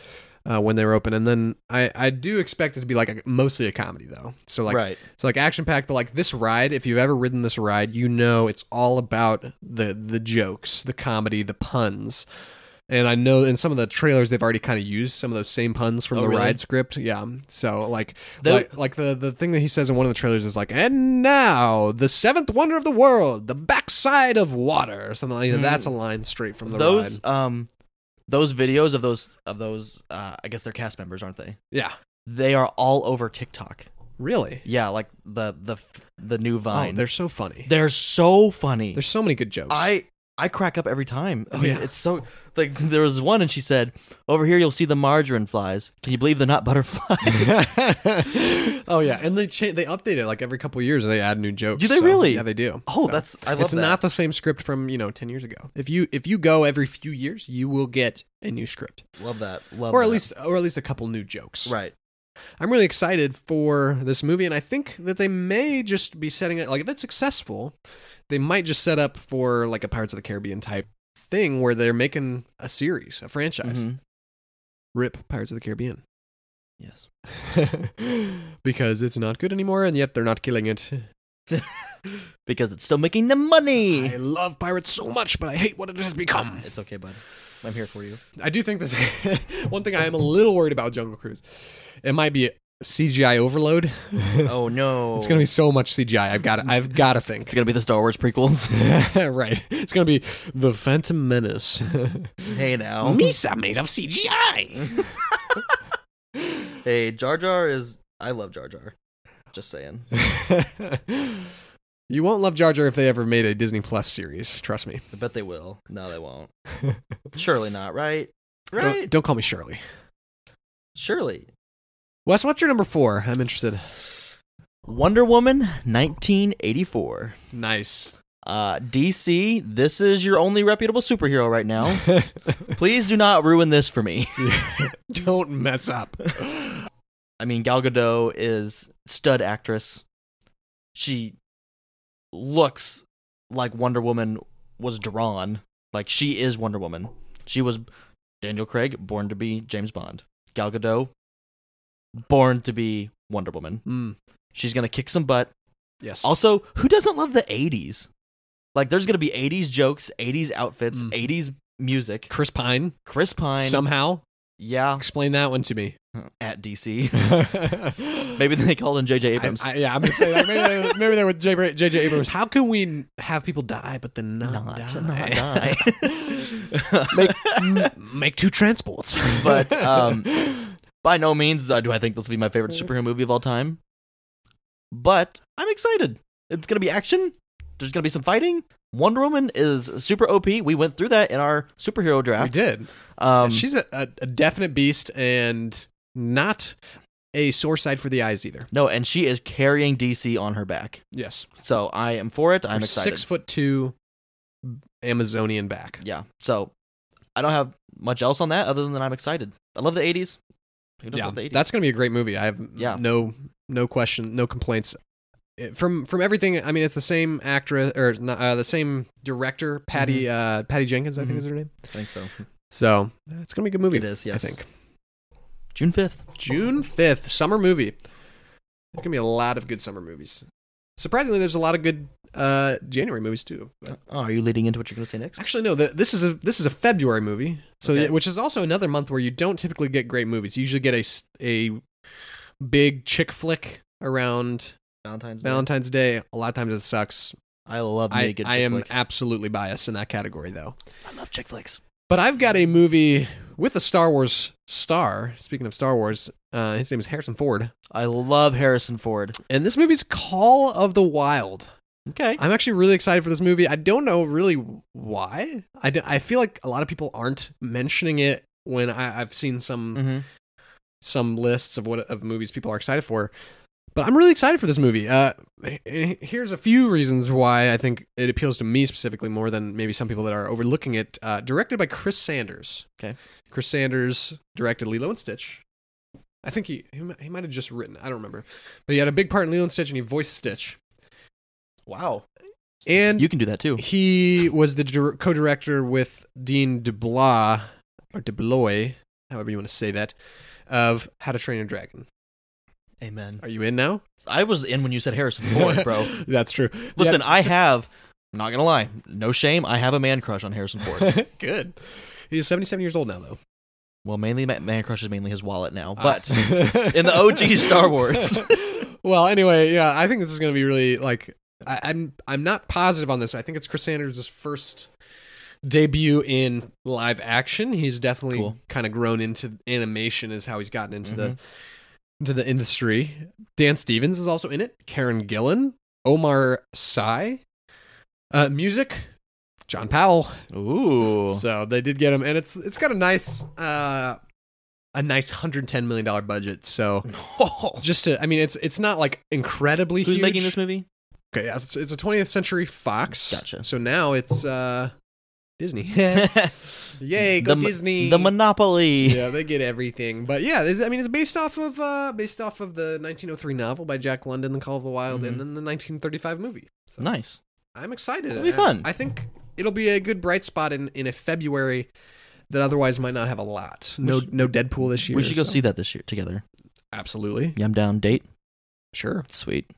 uh, when they were open, and then I, I do expect it to be like a, mostly a comedy though. So like right. so like action packed, but like this ride, if you've ever ridden this ride, you know it's all about the the jokes, the comedy, the puns. And I know in some of the trailers they've already kind of used some of those same puns from Oh, the really? ride script. Yeah. So like The- like like the the thing that he says in one of the trailers is like, and now the seventh wonder of the world, the backside of water, or something like that. Hmm. That's a line straight from the Those ride. um, those videos of those of those uh, I guess they're cast members, aren't they? Yeah. They are all over TikTok. Really? Yeah, like the the the new Vine. Oh, they're so funny. They're so funny. There's so many good jokes. [laughs] I I crack up every time. I Oh, mean, yeah. it's so like there was one and she said, "Over here you'll see the margarine flies. Can you believe they're not [laughs] butterflies?" oh yeah, and they cha- they update it like every couple years. They add new jokes. Do they really? Yeah, they do. oh, So, that's I love it's that. not the same script from you know ten years ago. If you if you go every few years, you will get a new script, love that. Love or at that. least or at least a couple new jokes. right. I'm really excited for this movie, and I think that they may just be setting it like if it's successful, they might just set up for like a Pirates of the Caribbean type thing where they're making a series, a franchise. Mhm. Rip Pirates of the Caribbean. [laughs] Yes. because it's not good anymore, and yet they're not killing it. Because it's still making the money. I love pirates so much, but I hate what it has become. It's okay, bud. I'm here for you. I do think this [laughs] one thing I am a little worried about Jungle Cruise. It might be CGI [laughs] overload. [laughs] Oh no. It's gonna be so much CGI. I've got. I've got to think. It's gonna be the Star Wars prequels. [laughs] right. It's gonna be the Phantom [laughs] Menace. [laughs] [laughs] hey Oh. now. Misa made of CGI. Hey, Jar Jar is. I love Jar Jar. Just saying. [laughs] you won't love Jar Jar if they ever made a Disney Plus series. Trust me. I bet they will. No, [laughs] they won't. Surely not. Right. Don't- Right. don't call me Shirley. Surely. Wes, what's your number four? I'm interested. Wonder Woman 1984. Nice. Uh, DC, this is your only reputable superhero right [laughs] now. Don't Please do not ruin this for me. mess up. I mean, Gal Gadot is stud actress. She looks like Wonder Woman was drawn. Like she is Wonder Woman. She was Daniel Craig, born to be James Bond. Gal Gadot, born to be Wonder Woman. Mm, She's gonna kick some butt. yes. Also, who doesn't love the 80s? Like, there's going to be 80s jokes, 80s outfits, Mm. 80s music. Chris Pine, Chris Pine. somehow [laughs] yeah. explain that one to me. [laughs] At DC. maybe Maybe they called in JJ Abrams. I, I, yeah, I'm gonna say that. Maybe, they, maybe they're with J- J.J. Abrams. How can we n- have people die but then not, not, die? not [laughs] die. make, [laughs] m- make two transports. But, [laughs] um, By no means uh, do I think this will be my favorite Mm-hmm. superhero movie of all time. But I'm excited. It's going to be action. There's going to be some fighting. Wonder Woman is super OP. We went through that in our superhero we draft. did. Um, She's a, a, a definite beast and not a sore side for the eyes either. no, and she is carrying DC on her back. Yes, So I am for it. I'm Her excited. Six foot two Amazonian back. Yeah. So I don't have much else on that other than that I'm excited. I love the 80s. Who doesn't yeah, love the 80s? that's gonna be a great movie. I have Yeah. no no question, no complaints. It- From from everything, I mean, it's the same actress or not, uh, the same director, Patty uh, Patty Jenkins, I think Mhm. is her name. I think so. So it's gonna be a good movie. It is, yes. I think June 5th. June fifth, summer movie. There's gonna be a lot of good summer movies. Surprisingly, there's a lot of good uh, January movies too. But Oh, are you leading into what you're going to say next? actually, no, the, this is a this is a February movie, so Okay. th- which is also another month where you don't typically get great movies. You usually get a s- a big chick flick around Valentine's Day. Valentine's Day, a lot of times it sucks. I love I, naked I chick am flick. absolutely biased in that category, though. I love chick flicks. But I've got a movie with a Star Wars star. Speaking of Star Wars, uh, his name is Harrison Ford. I love Harrison Ford. And this movie's Call of the Wild. Okay. I'm actually really excited for this movie. I don't know really why. I, d- I feel like a lot of people aren't mentioning it when I, I've seen some Mm-hmm. some lists of what of movies people are excited for. But I'm really excited for this movie. Uh, h- h- here's a few reasons why I think it appeals to me specifically more than maybe some people that are overlooking it. Uh, directed by Chris Sanders. Okay. Chris Sanders directed Lilo and Stitch. I think he he, mi- he might have just written. I don't remember, but he had a big part in Lilo and Stitch, and he voiced Stitch. Wow. And You can do that too. he was the dir- co-director with Dean DeBlois or DeBlois, however you want to say that, of How to Train Your Dragon. Amen. Are you in now? I was in when you said Harrison [laughs] Ford, bro. That's true. Listen, [laughs] Yeah, I so- have, I'm not going to lie, no shame, I have a man crush on [laughs] Harrison Ford. good. He's 77 years old now, though. well, mainly ma- man crush is mainly his wallet now, but [laughs] Ah. in the OG Star Wars. [laughs] well, anyway, yeah, I think this is going to be really like I, I'm I'm not positive on this. I think it's Chris Sanders' first debut in live action. He's definitely Cool. kind of grown into animation is how he's gotten into Mhm. the into the industry. Dan Stevens is also in it. Karen Gillan, Omar Sy, uh, music, John Powell. ooh, So they did get him, and it's it's got a nice uh, a nice hundred ten million dollar budget. [laughs] So just to, I mean, it's it's not like incredibly Oh, who's huge. making [laughs] this movie? Okay, yeah, it's, it's a 20th Century Fox. Gotcha. So now it's uh, Disney. [laughs] [laughs] Yay, go The mo- Disney. The Monopoly. yeah, they get everything. But yeah, it's- I mean, it's based off of uh, based off of the 1903 novel by Jack London, The Call of the Wild, and Mhm. then the 1935 movie. So Nice. I'm excited. It'll be I- fun. I think it'll be a good bright spot in, in a February that otherwise might not have a lot. We No should- no Deadpool this year. we should go so- see that this year together. [laughs] Absolutely. [laughs] Yeah, I'm down. Date. Sure. Sweet.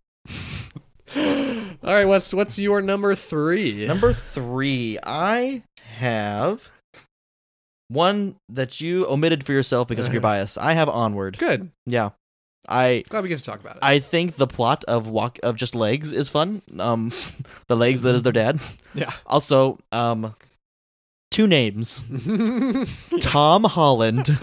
All right, Wes, what's your number three? Number three, I have one that you omitted for yourself because of Uh-huh. your bias. I have Onward. Good. Yeah, I Glad we get to talk about it. I think the plot of walk of just legs is fun. Um, [laughs] the legs that is their dad. yeah. Also, um, two names: [laughs] Tom Holland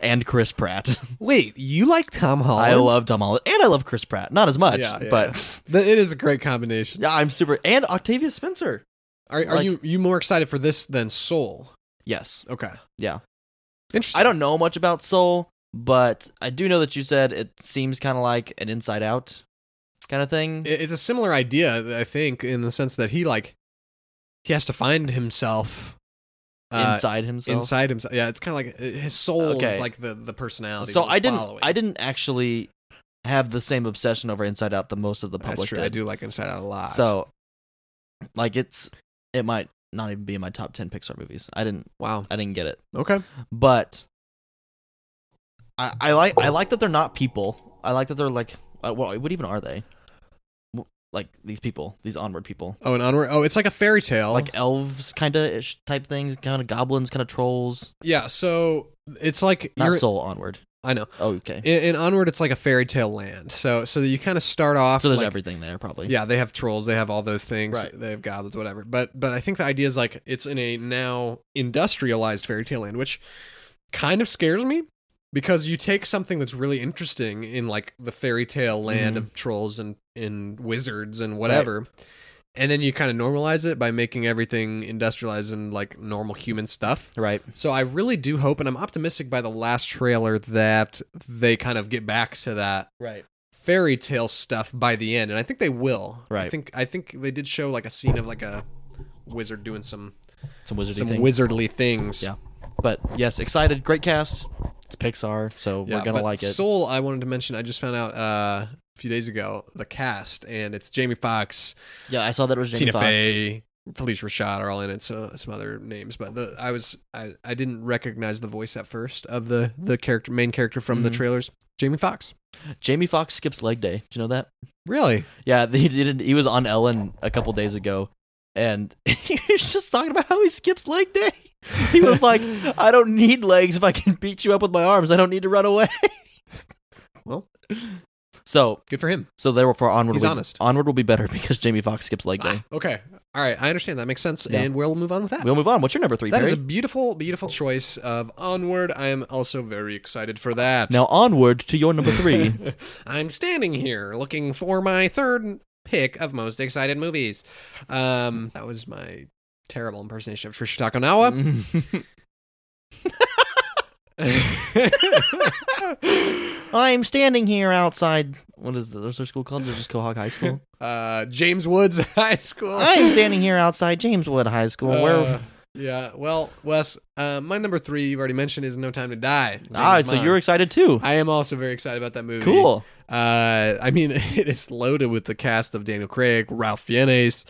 and Chris Pratt. Wait, you like Tom Holland? I love Tom Holland and I love Chris Pratt. Not as much, Yeah, yeah, but Th- It is a great combination. [laughs] yeah, I'm super. And Octavia Spencer. Are, are Like- you you more excited for this than Soul? Yes, Okay. Yeah. Interesting. I don't know much about Soul, but I do know that you said it seems kind of like an Inside Out kind of thing. It- it's a similar idea i think in the sense that he like he has to find himself uh, inside himself. inside himself yeah it's kind of like uh, his soul Okay. is like the the personality so that I he's didn't. following. I didn't actually have the same obsession over Inside Out that most of the that's public true i did. do like inside out a lot So, like, it's it might not even be in my top ten Pixar movies. I didn't. wow I didn't get it. okay but I, I like I like that they're not people. I like that they're like uh, what what even are they? W- Like these people, these onward people, oh and onward oh it's like a fairy tale like elves kind of ish type things, kind of goblins, kind of trolls. yeah so it's like Not you're soul onward. i know Oh, okay. in, in onward it's like a fairy tale land so so you kind of start off so there's like, everything there probably. Yeah, they have trolls, they have all those things, Right. they have goblins, whatever. But but I think the idea is like it's in a now industrialized fairy tale land, which kind of scares me because you take something that's really interesting in like the fairy tale land Mhm. of trolls and and wizards and whatever. And then you kind of normalize it by making everything industrialized and like normal human stuff. Right. So I really do hope, and I'm optimistic by the last trailer that they kind of get back to that Right. fairy tale stuff by the end, and I think they will. I Right. think I think they did show like a scene of like a wizard doing some Some wizardy some things. wizardly things. Yeah. But yes, excited. Great cast. It's Pixar, so Yeah, we're gonna but like it. Soul, I wanted to mention. I just found out uh, a few days ago the cast, and it's Jamie Foxx, yeah, I saw that it was Jamie Tina Fox. Fey, Felicia Rashad are all in it. So some other names, but the I was I, I didn't recognize the voice at first of the the character main character from the Mhm. trailers, Jamie Foxx. Jamie Fox skips leg day. Do you know that? Really? Yeah, [laughs] he didn't. He was on Ellen a couple days ago, and [laughs] he was just talking about how he skips leg day. He [laughs] was like, "I don't need legs if I can beat you up with my arms. I don't need to run [laughs] away." Well. so Good for him. so therefore, onward. He's will, honest. Onward will be better because Jamie Fox skips leg [laughs] day. Ah, okay. All right. I understand. That makes sense, Yeah. and we'll move on with that. We'll move on. What's your number three? that is Perry? a beautiful, beautiful choice of Onward. I am also very excited for that. [laughs] now onward to your number [laughs] three. I'm standing here looking for my third pick of most excited movies. Um, that was my terrible impersonation of Trisha [laughs] Takanawa. I'm standing here outside. What is the, what's their school called? Is it just Quahog High School? [laughs] uh, James Woods [laughs] High School. [laughs] I'm standing here outside James Wood High School. where? [laughs] Uh, yeah, well, Wes, uh, my number three you already mentioned is No Time to Die. Ah, James so Bond. you're excited too. I am also very excited about that movie. Cool. Uh, I mean, [laughs] it's loaded with the cast of Daniel Craig, Ralph Fiennes,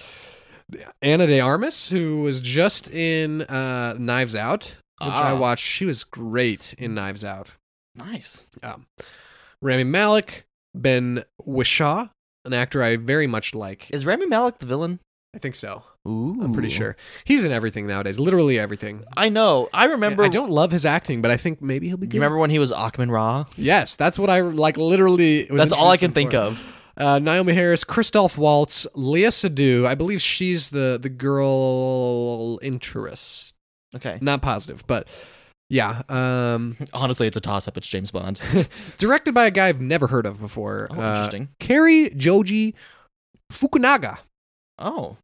Anna De Armas, who was just in uh, Knives Out, which I Ah. watched. She was great in Knives Out. Um, Nice. Rami Malik, Ben Wishaw, an actor I very much like. Is Rami Malik the villain? I think so. Ooh, I'm pretty sure he's in everything nowadays. Literally everything. I know. I remember. I don't love his acting, but I think maybe he'll be You good. remember when he was Achman Ra? Yes, that's what I like. Literally, was That's all I interested can think for. of. Uh, Naomi Harris, Christoph Waltz, Leah Sadu. I believe she's the the girl interest. Okay. Not positive, but yeah. Um, [laughs] Honestly, it's a toss up. It's James [laughs] Bond. directed by a guy I've never heard of before. Oh, Uh, interesting. Kerry Joji Fukunaga. Oh,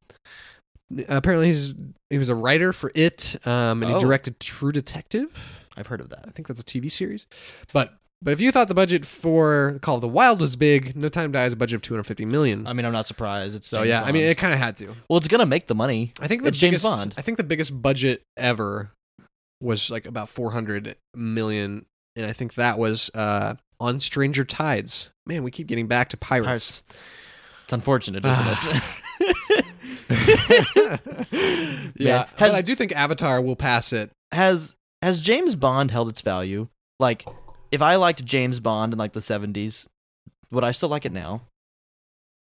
Apparently, he's he was a writer for it, um, and he Oh. directed True Detective. I've heard of I that. think that's a TV series. But but if you thought the budget for Call of the Wild was big, No Time to Die has a budget of 250 million. I mean, I'm not surprised. It's so James yeah, I mean, Bond. it kind of had to. well, it's gonna make the money. I think the It's James biggest, Bond. I think the biggest budget ever was like about 400 million, and I think that was uh, on Stranger Tides. Man, we keep getting back to pirates. It's unfortunate, isn't it? [laughs] yeah, Man, but has- I do think Avatar will pass it. has has James Bond held its value? Like, if I liked James Bond in like the '70s, would I still like it now?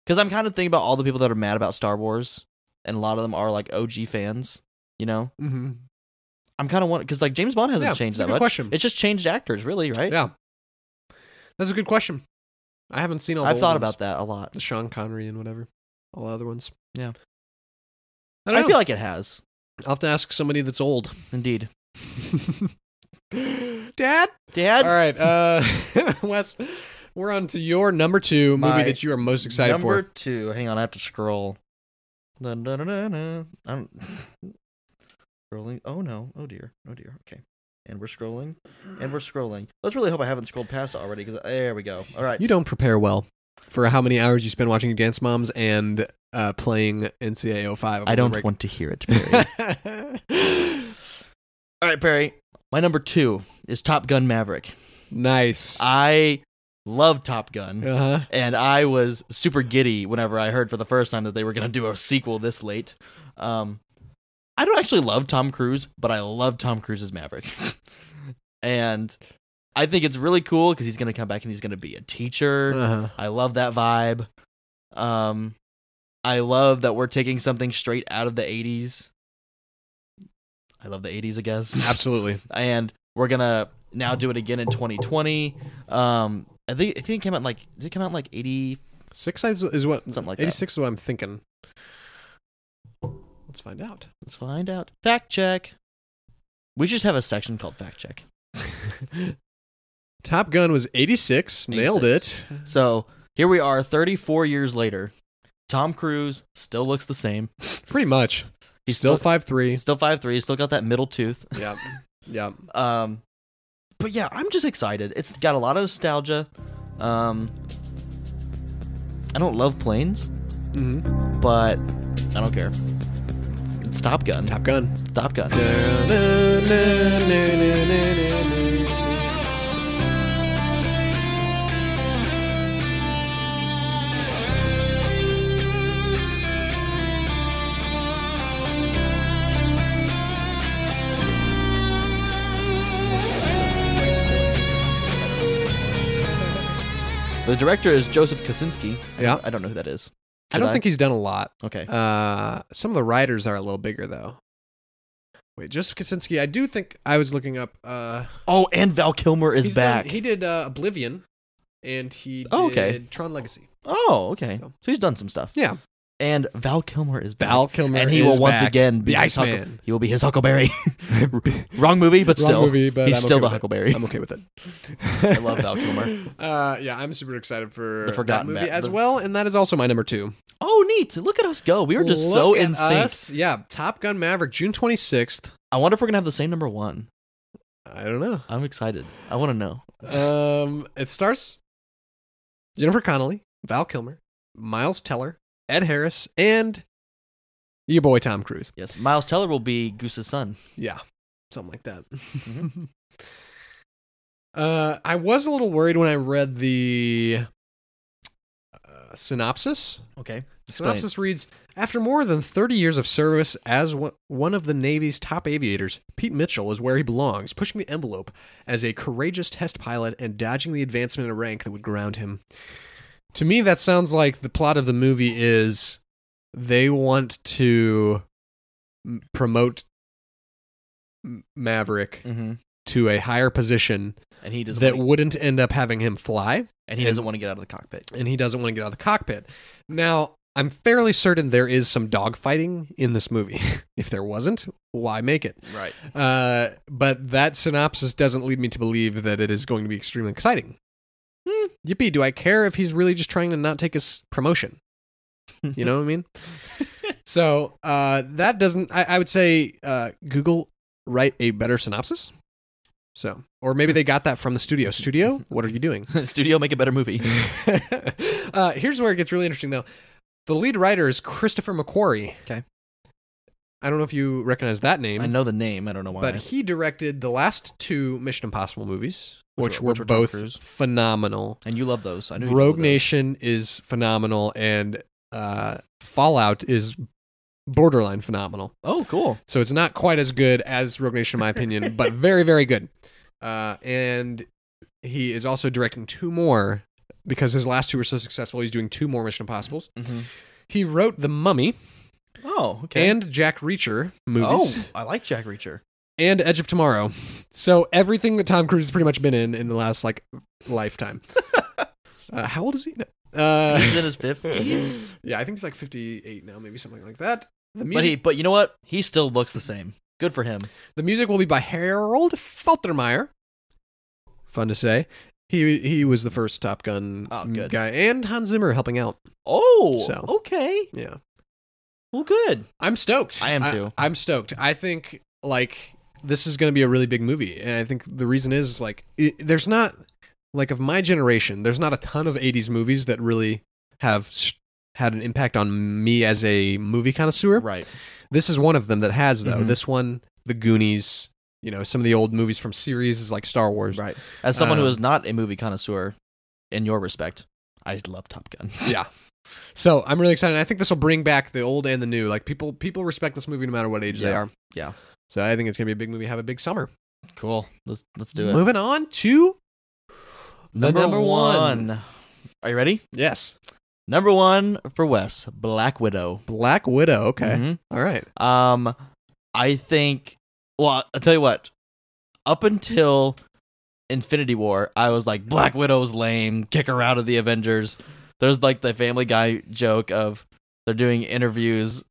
Because I'm kind of thinking about all the people that are mad about Star Wars, and a lot of them are like OG fans. You know, Mm-hmm. I'm kind of wondering because like James Bond hasn't changed that a good much. Question. It's just changed actors, really, right? Yeah, that's a good question. I haven't seen all. the I've old thought ones. about that a lot. the Sean Connery and whatever, all the other ones. Yeah. I, I, don't know. feel like it has, I'll have to ask somebody that's old. indeed. Dad. All [laughs] Dad, right, uh, [laughs] Wes, we're on to your number two My movie that you are most excited number for. two. Hang on, I have to scroll. Dun, dun, dun, dun, dun. I'm scrolling. Oh no! Oh dear! Oh dear! Okay, and we're scrolling, and we're scrolling. Let's really hope I haven't scrolled past it already. Because there we go. All right. You don't prepare well for how many hours you spend watching Dance Moms and uh, playing NCAA 05. I don't want to hear it, Perry. [laughs] All right, Perry. My number two is Top Gun Maverick. [laughs] nice. Um, I love Top Gun. Uh-huh. and I was super giddy whenever I heard for the first time that they were going to do a sequel this late. Um, I don't actually love Tom Cruise, but I love Tom Cruise's Maverick, [laughs] and I think it's really cool because he's going to come back and he's going to be a teacher. Uh-huh. I love that vibe. Um, I love that we're taking something straight out of the '80s. I love the '80s, I guess [laughs] Absolutely. and we're gonna now do it again in 2020. Um, I think I think it came out in like did it come out in like 80? Six is, is what Something like that. 86 is what I'm thinking. Let's find out. Let's find out. Fact check. We should just have a section called fact check. Top Gun was 86. Nailed it. So here we are, 34 years later. Tom Cruise still looks the same. Pretty much. He's still still, five three. he's still five three. Still got that middle tooth. Yeah. Yeah. Um, but yeah, I'm just excited. It's got a lot of nostalgia. Um, I don't love planes, hmm but I don't care. It's Stop Gun. Top Gun. Stop Gun. The director is Joseph Kosinski. Yeah. I don't know who that is. I Should don't think he's done a lot. Okay. Uh, some of the writers are a little bigger though. Wait, Joseph Kaczynski. I do think I was looking up. Uh, Oh, and Val Kilmer is he's done- back. he did uh, Oblivion, and he did Oh, okay. Tron Legacy. oh, okay. So- So. he's done some stuff. Yeah, And Val Kilmer is back. Val Kilmer, and he will is once back. again be the his Huckle- Iceman. He will be [laughs] his Huckleberry. [laughs] Wrong movie, but Wrong still, movie, but he's I'm still okay the with it. Huckleberry. I'm okay with it. [laughs] I love Val Kilmer. Uh, yeah, I'm super excited for The Forgotten that movie Bat- as the- well, and that is also my number two. Oh, neat! Look at us go. We were just Look so at in sync. us. Yeah, Top Gun Maverick, June 26th. I wonder if we're gonna have the same number one. I don't know. I'm excited. I want to know. Um, it stars Jennifer Connelly, Val Kilmer, Miles Teller, Ed Harris, and your boy Tom Cruise. Yes, Miles Teller will be Goose's son. Yeah, something like [laughs] that. uh, I was a little worried when I read the uh, synopsis. Okay. Synopsis reads After more than 30 years of service as one- one of the Navy's top aviators, Pete Mitchell is where he belongs, pushing the envelope as a courageous test pilot and dodging the advancement in rank that would ground him. To me, that sounds like the plot of the movie is they want to m- promote M- Maverick Mm-hmm. to a higher position And he doesn't. that wanna, wouldn't end up having him fly and he doesn't want to get out of the cockpit. and he doesn't want to get out of the cockpit. Now, I'm fairly certain there is some dogfighting in this movie. [laughs] if there wasn't, why make it? Right. Uh, but that synopsis doesn't lead me to believe that it is going to be extremely exciting. Hmm, yippee, do I care if he's really just trying to not take his promotion? You know what I mean? so uh, that doesn't, I, I would say uh, Google write a better synopsis. So, or maybe they got that from the studio. Studio, what are you doing? [laughs] Studio, make a better movie. [laughs] uh, here's where it gets really interesting, though. The lead writer is Christopher McQuarrie. Okay. I don't know if you recognize that name, I know the name. I don't know why. but he directed the last two Mission Impossible movies, Which which, were- were, which were Tom Cruise. both phenomenal. and you love those. I know. you Rogue love those. Nation is phenomenal, and uh, Fallout is borderline phenomenal. Oh, cool. So it's not quite as good as Rogue Nation, in my [laughs] opinion, but very, very good. Uh, and he is also directing two more because his last two were so successful. He's doing two more Mission Impossibles. He wrote The Mummy Oh, okay. Mm-hmm. and Jack Reacher movies oh, I like Jack Reacher. [laughs] and Edge of Tomorrow. So everything that Tom Cruise has pretty much been in in the last like lifetime. [laughs] uh, how old is he? now? He's [laughs] Uh, in his [laughs] fifties, yeah, I think he's like 58 now, maybe something like that. The music, but he. But you know what? He still looks the same. Good for him. The music will be by Harold Faltermeyer. Fun to say. He he was the first Top Gun Oh, good. guy, and Hans Zimmer helping out. Oh, So. okay. Yeah, Well, good. I'm stoked. I am too. I, am stoked. I think like this is going to be a really big movie, and I think the reason is like it, there's not like of my generation, there's not a ton of '80s movies that really have s had an impact on me as a movie connoisseur. Right. This is one of them that has though. Mhm. This one, The Goonies. You know, some of the old movies from series is like Star Wars. Right. As someone who Um, is not a movie connoisseur, in your respect, I love Top Gun. [laughs] yeah so i'm really excited i think this will bring back the old and the new like people people respect this movie no matter what age they Yeah. are Yeah. so i think it's gonna be a big movie have a big summer Cool. Let's let's do it. moving on to the number one. Are you ready? yes Number one for Wes, Black Widow. black widow okay Mhm. All right Um, I think. Well, I'll tell you what. Up until Infinity War, I was like, Black Widow's lame. Kick her out of the Avengers. There's like the Family Guy joke of they're doing interviews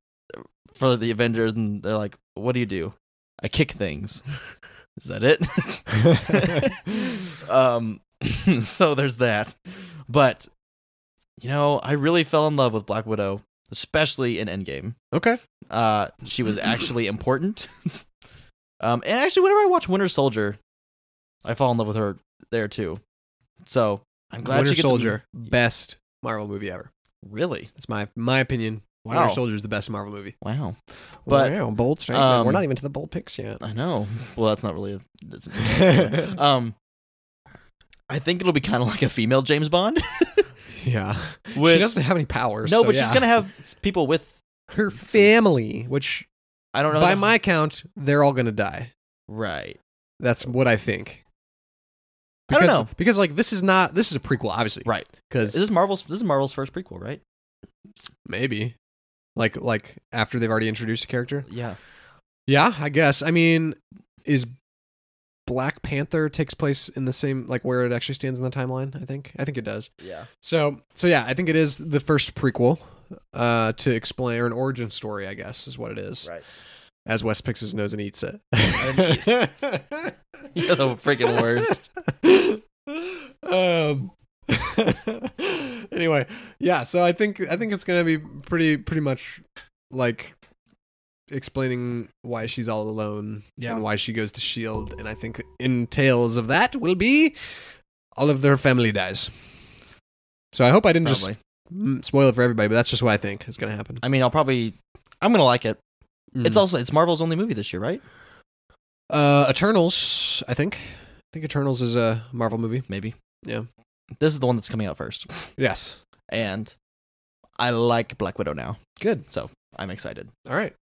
for the Avengers, and they're like, "What do you do? I kick things." Is that it? um, [laughs] so there's that. But you know, I really fell in love with Black Widow, especially in Endgame okay uh, she was actually important. [laughs] um, and actually, whenever I watch Winter Soldier, I fall in love with her there too. So I'm glad winter she gets soldier best marvel movie ever really, that's my my opinion Winter Wow. Soldier is the best Marvel movie. Wow. But- wow, bold statement. um, uh, We're not even to the bold picks yet. I know. Well, that's not really. A, [laughs] that's a- um, I think it'll be kind of like a female James Bond. [laughs] yeah, with- she doesn't have any powers. no, so but yeah. she's gonna have s- people with. her family, which I don't know. by that- my count, they're all gonna die. right. That's what I think. I don't Because, know. because like this is not this is a prequel, obviously, Right. Is Because this Marvel's? This is Marvel's first prequel, right? maybe, like like after they've already introduced a character. Yeah. Yeah, I guess. I mean, is Black Panther takes place in the same like where it actually stands in the timeline? I think. I think it does. Yeah. So so yeah, I think it is the first prequel uh to explain or an origin story, I guess, is what it is. Right. As Wes picks his nose and eats [laughs] it. [laughs] You're the freaking worst. um [laughs] anyway, yeah, so I think I think it's gonna be pretty pretty much like explaining why she's all alone Yeah. and why she goes to Shield, and I think entails of that will be all of their family dies. So I hope I didn't Probably. just mm, spoil it for everybody, but that's just what I think is gonna happen. I mean, I'll probably. I'm gonna like it. It's Mm. also it's Marvel's only movie this year, right? uh, Eternals, I think. I think Eternals is a Marvel movie. Maybe. Yeah. This is the one that's coming out first, Yes. and I like Black Widow now. Good. So I'm excited. All right.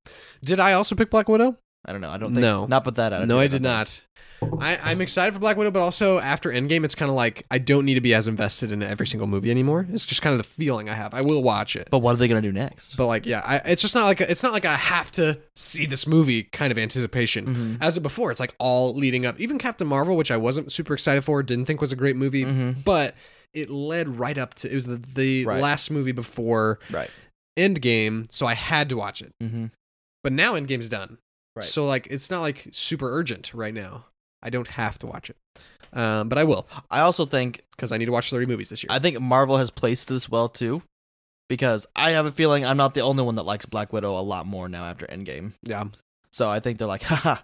Did I also pick Black Widow? I don't know. I don't think. No. Not put that out. of No, here, I did don't think. not. I, I'm excited for Black Widow, but also after Endgame, it's kind of like I don't need to be as invested in every single movie anymore. It's just kind of the feeling I have. I will watch it, But what are they gonna do next? but like yeah, I, it's just not like a, it's not like I have to see this movie kind of anticipation. Mhm. As of before, it's like all leading up. Even Captain Marvel, which I wasn't super excited for, didn't think was a great movie, Mhm. but it led right up to it was the, the Right. last movie before Right. Endgame, so I had to watch it. Mm-hmm. But now Endgame's done. Right. So like it's not like super urgent right now. I don't have to watch it. Um, but I will I also think because I need to watch 30 movies this year. I think Marvel has placed this well too, because I have a feeling I'm not the only one that likes Black Widow a lot more now after Endgame. yeah. So I think they're like, haha,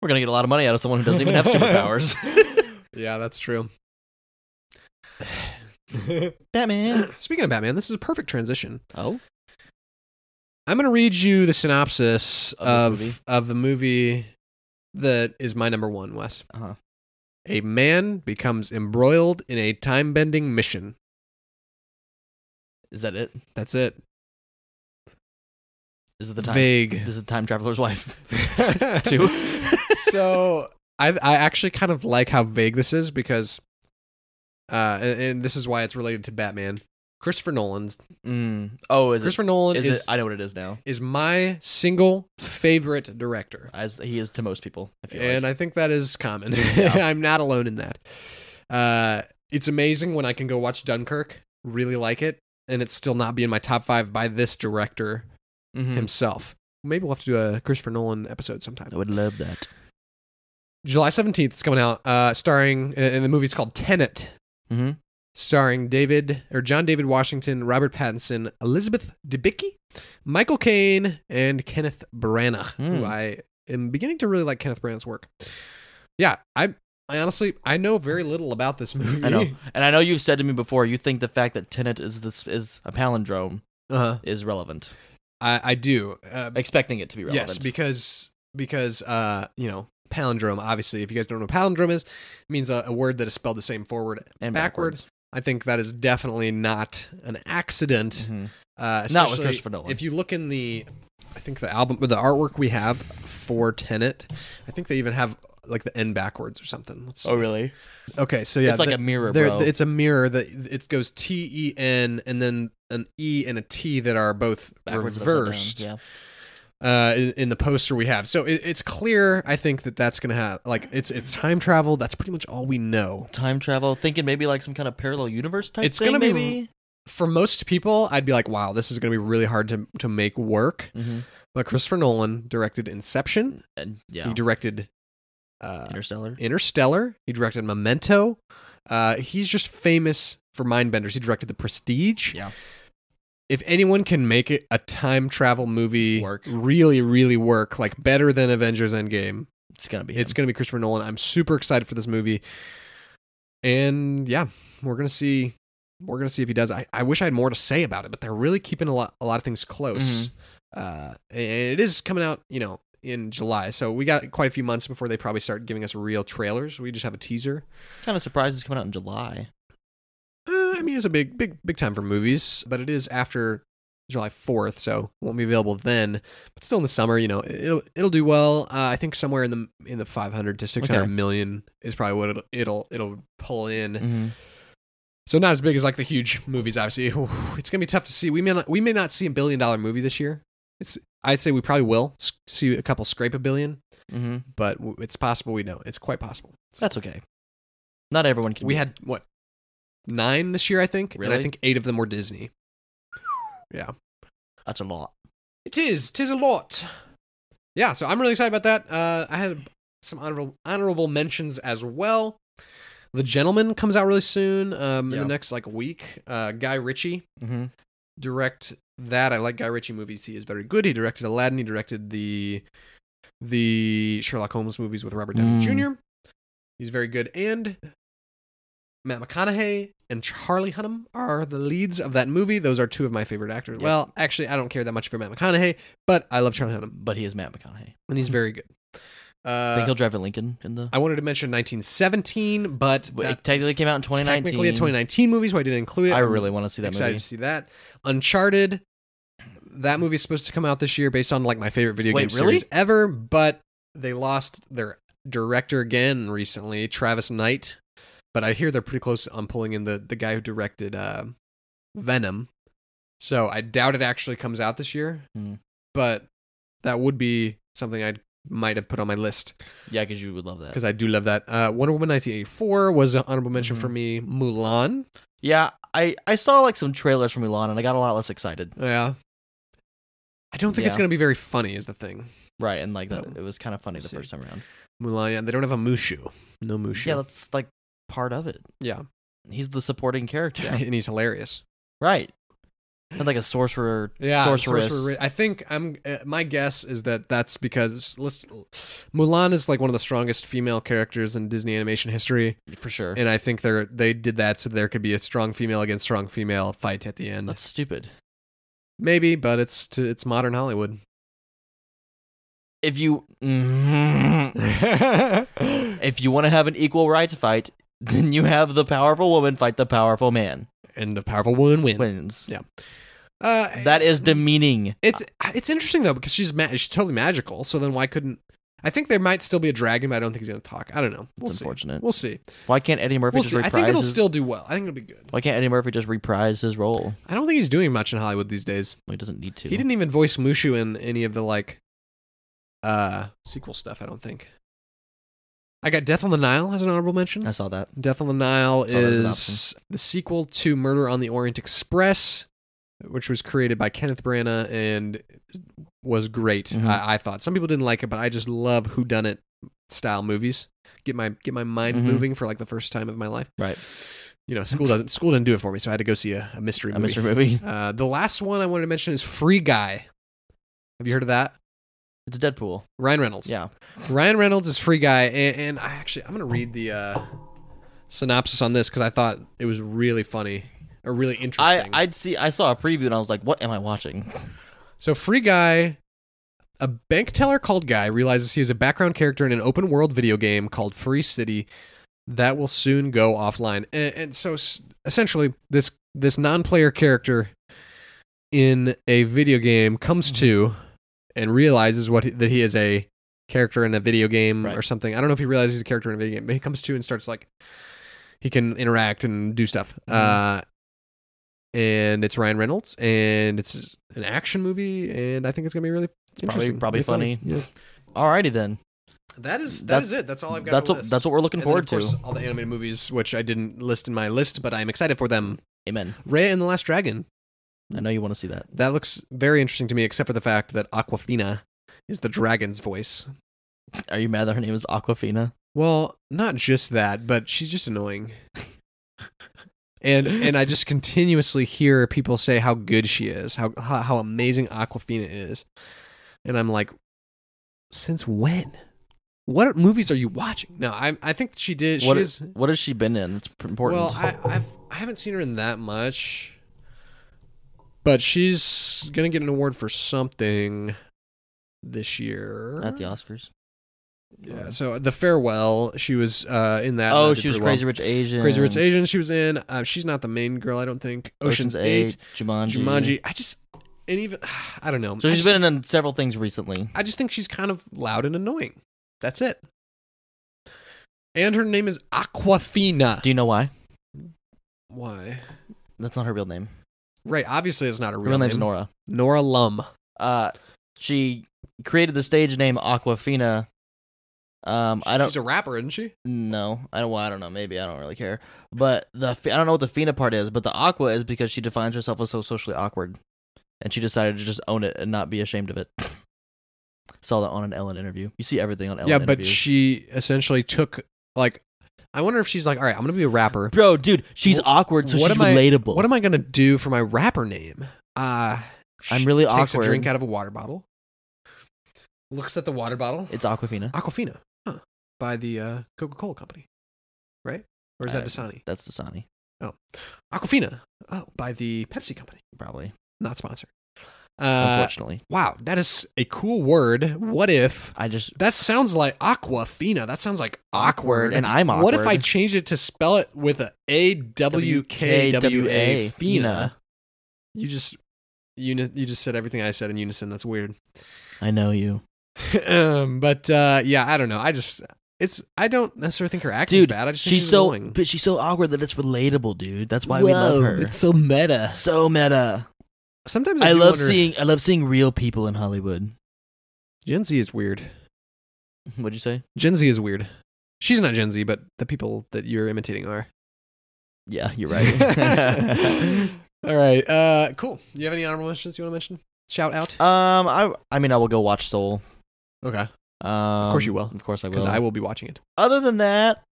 we're gonna get a lot of money out of someone who [laughs] doesn't even [laughs] have superpowers. Yeah, that's [sighs] true. Batman. Speaking of Batman, this is a perfect transition. Oh, I'm going to read you the synopsis Of of this movie? of the movie that is my number 1, Wes. Uh-huh. A man becomes embroiled in a time-bending mission. is that it? That's it. Is it the time? [laughs] Vague. Is it the time [laughs] traveler's wife? Two. [laughs] so I I actually kind of like how vague this is because, uh, and, and this is why it's related to Batman. Christopher Nolan's Mm. Oh, is Christopher it? Nolan Is, is it? I know what it is now. is my single favorite director, As he is to most people. I feel and like. I think that is common. [laughs] Yeah. I'm not alone in that. Uh, it's amazing when I can go watch Dunkirk, really like it, and it's still not be in my top five by this director Mhm. himself. Maybe we'll have to do a Christopher Nolan episode sometime. I would love that. July 17th it's coming out, uh, starring, and the movie's called Tenet, Mhm. starring David, or John David Washington, Robert Pattinson, Elizabeth Debicki, Michael Caine, and Kenneth Branagh, Hmm. who I am beginning to really like Kenneth Branagh's work. Yeah, I, I honestly, I know very little about this movie. [laughs] I know, and I know you've said to me before. You think the fact that Tenet is this is a palindrome Uh-huh. is relevant. I, I do. Uh, expecting it to be relevant. Yes, because because uh, you know, palindrome. Obviously, if you guys don't know what palindrome is, it means a, a word that is spelled the same forward. and backwards. I think that is definitely not an accident. Mhm. Uh, Not with especially Christopher Nolan. If you look in the, I think the album, or the artwork we have for Tenet, I think they even have like the end backwards or something. Let's see. Oh, really? Okay, so yeah, it's like the- a mirror, there- bro. it's a mirror that it goes T E N and then an E and a T that are both backwards upside down, reversed Yeah. uh, in, in the poster we have. So it, it's clear, I think that that's gonna have like it's it's time travel. That's pretty much all we know. Time travel. Thinking maybe like some kind of parallel universe type. It's thing, gonna be- maybe. For most people, I'd be like, wow, this is gonna be really hard to to make work. Mm-hmm. But Christopher Nolan directed Inception. And yeah, He directed uh, Interstellar. Interstellar. He directed Memento. Uh, he's just famous for mindbenders. He directed The Prestige. Yeah. If anyone can make it a time travel movie Work. really, really work, like better than Avengers Endgame, It's gonna be. it's It's going to be Christopher Nolan. I'm super excited for this movie. And yeah, we're going to see we're gonna see if he does. I, I wish I had more to say about it, but they're really keeping a lot a lot of things close. Mm-hmm. Uh, and it is coming out, you know, in July, so we got quite a few months before they probably start giving us real trailers. We just have a teaser. Kind of surprised it's coming out in July. Uh, I mean, it's a big big big time for movies, but it is after July fourth, so it won't be available then. But still in the summer, you know, it'll it'll do well. Uh, I think somewhere in the in the five hundred to six hundred Okay. million is probably what it'll it'll, it'll pull in. Mm-hmm. So not as big as like the huge movies, obviously. It's gonna be tough to see. We may not, we may not see a billion dollar movie this year. It's I'd say we probably will s- see a couple scrape a billion, Mm-hmm. but w- it's possible. We know it's quite possible. That's okay. Not everyone can. We be- had what nine this year, I think, and I Really? think eight of them were Disney. That's a lot. It is. It is a lot. Yeah, so I'm really excited about that. Uh, I had some honorable honorable mentions as well. The Gentleman comes out really soon, um, in Yeah. the next like week. Uh, Guy Ritchie Mm-hmm. direct that. I like Guy Ritchie movies. He is very good. He directed Aladdin. He directed the the Sherlock Holmes movies with Robert Downey Mm. Jr. He's very good. And Matt McConaughey and Charlie Hunnam are the leads of that movie. Those are two of my favorite actors. Yep. Well, actually, I don't care that much for Matt McConaughey, but I love Charlie Hunnam, But he is Matt McConaughey. and he's very good. I Hmm. think Uh, he'll drive a Lincoln in the. I wanted to mention 1917, but But that's it technically came out in 2019. technically a 2019 movie, so I didn't include it. I I'm really want to see that excited movie. to see that. Uncharted. That movie is supposed to come out this year based on like my favorite video Wait, game really? series ever, but they lost their director again recently, Travis Knight. But I hear they're pretty close on pulling in the the guy who directed uh, Venom. So I doubt it actually comes out this year, Hmm. but that would be something I might have put on my list Yeah, because you would love that. because I do love that. Uh, Wonder Woman 1984 was an honorable mention Mhm. for me. Mulan, Yeah, I I saw like some trailers from Elon, and I got a lot less excited. yeah. I don't think it's Yeah. going to be very funny, is the thing. Right, and like that, Um, it was kind of funny the let's see. first time around. Mulan, yeah, they don't have a Mushu. No Mushu. [laughs] Yeah, that's like part of it. yeah. He's the supporting character. Yeah, and he's hilarious. [laughs] Right. And like a sorcerer. Yeah, Sorceress. Sorcerer- I think I'm. Uh, my guess is that that's because let's, Mulan is like one of the strongest female characters in Disney animation history, For sure. and I think they're they did that so there could be a strong female against strong female fight at the end. That's stupid. Maybe, but it's to, it's modern [laughs] Hollywood. If you [laughs] if you want to have an equal rights fight, then you have the powerful woman fight the powerful man. and the powerful woman wins. Wins. Uh, That is demeaning. it's it's interesting though because she's ma- she's totally magical. So then why couldn't I think there might still be a dragon, but I don't think he's gonna talk. I don't know. We'll It's see. unfortunate. We'll see. Why can't Eddie Murphy We'll just see. I reprise? think it'll his- still do well. I think it'll be good. Why can't Eddie Murphy just reprise his role? I don't think he's doing much in Hollywood these days. Well, he doesn't need to. He didn't even voice Mushu in any of the like uh sequel stuff. I don't think. I got Death on the Nile as an honorable mention. I saw that. Death on the Nile So there's an is the sequel to Murder on the Orient Express, which was created by Kenneth Branagh and was great. Mhm. I, I thought some people didn't like it, but I just love whodunit style movies. Get my get my mind Mhm. moving for like the first time of my life. Right. You know, school doesn't school didn't do it for me, so I had to go see a, a mystery A movie. mystery movie. Uh, the last one I wanted to mention is Free Guy. Have you heard of that? It's Deadpool. Ryan Reynolds. Yeah. Ryan Reynolds is free guy, and, and I actually I'm gonna read the uh, synopsis on this because I thought it was really funny or really I interesting. I'd see I saw a preview and I was like, what am I watching? so free guy, a bank teller called Guy realizes he is a background character in an open world video game called Free City that will soon go offline, and, and so s- essentially this this non player character in a video game comes to and realizes what he, that he is a character in a video game Right. or something. I don't know if he realizes he's a character in a video game, but he comes to and starts like he can interact and do stuff. Uh, and it's Ryan Reynolds, and it's an action movie, and I think it's gonna be really probably- interesting, probably really Yeah. Alrighty then. That is that That's- is it. That's all I've got. That's to what list. that's what we're looking And then, forward of course, to. All the animated movies, which I didn't list in my list, but I'm excited for them. Amen. Raya and the Last Dragon. I know you want to see that. That looks very interesting to me, except for the fact that Aquafina is the dragon's voice. Are you mad that her name is Aquafina? Well, not just that, but she's just annoying. and and I just continuously hear people say how good she is, how how, how amazing Aquafina is. And I'm like, since when? what movies are you watching? No, I I think she did. What she is, is what has she been in? It's p- important. well. I I've I haven't seen her in that much, but she's gonna get an award for something this year [laughs] at the Oscars. Yeah. So the farewell, she was uh in that. and oh, that did she was pretty well. Crazy Rich Asian. Crazy Rich Asian. She was in. Uh, she's not the main girl, I don't think. Ocean's, Eight, Jumanji. Jumanji. I just and even [sighs] I don't know. So I she's just, been in several things recently. I just think she's kind of loud and annoying. That's it. And her name is Aquafina. Do you know why? Why? That's not her real name. Right. Obviously, it's not a Her real, real name. name's Nora. Nora Lum. Uh, she created the stage name Aquafina. Um, I don't She's a rapper, isn't she? know. I don't. Well, I don't know. Maybe I don't really care. But the fe- I don't know what the Fina part is, but the Aqua is because she defines herself as so socially awkward, and she decided to just own it and not be ashamed of it. [laughs] Saw that on an Ellen interview. You see everything on Ellen. yeah, but interviews. she essentially took like. I wonder if she's like, all right, I'm gonna be a rapper. bro, dude, she's Wh- awkward, so what she's am I- relatable. What am I gonna do for my rapper name? Uh sh- I'm really takes a awkward. drink out of a water bottle. Looks at the water bottle. It's Aquafina. Aquafina, huh? By the uh, Coca-Cola company, right? Or is that Uh, Dasani? That's Dasani, Aquafina, oh, by the Pepsi company, probably. not sponsored. Uh, unfortunately, wow, that is a cool word. What if I just that sounds like Aquafina? That sounds like awkward. and I'm awkward. What if I changed it to spell it with a A W K W A Fina? You just you you just said everything I said in unison. That's weird. [laughs] I know you, um, but uh, yeah, I don't know. I just it's I don't necessarily think her acting is dude. bad. I just think she's, so, annoying. but she's so awkward that it's relatable, dude. That's why we love her. so meta. so meta. Sometimes I, I do love wonder- seeing I love seeing real people [laughs] in Hollywood. Gen Z is weird. What'd you say? Gen Z is weird. She's not Gen Z, but the people that you're imitating are. Yeah, you're right. [laughs] All right. Uh, cool. You have any honorable mentions you want to mention? Shout out. [laughs] um, I I mean I will go watch Soul. okay. Um, Of course you will. Of course I Because will. I will be watching it. Other than that,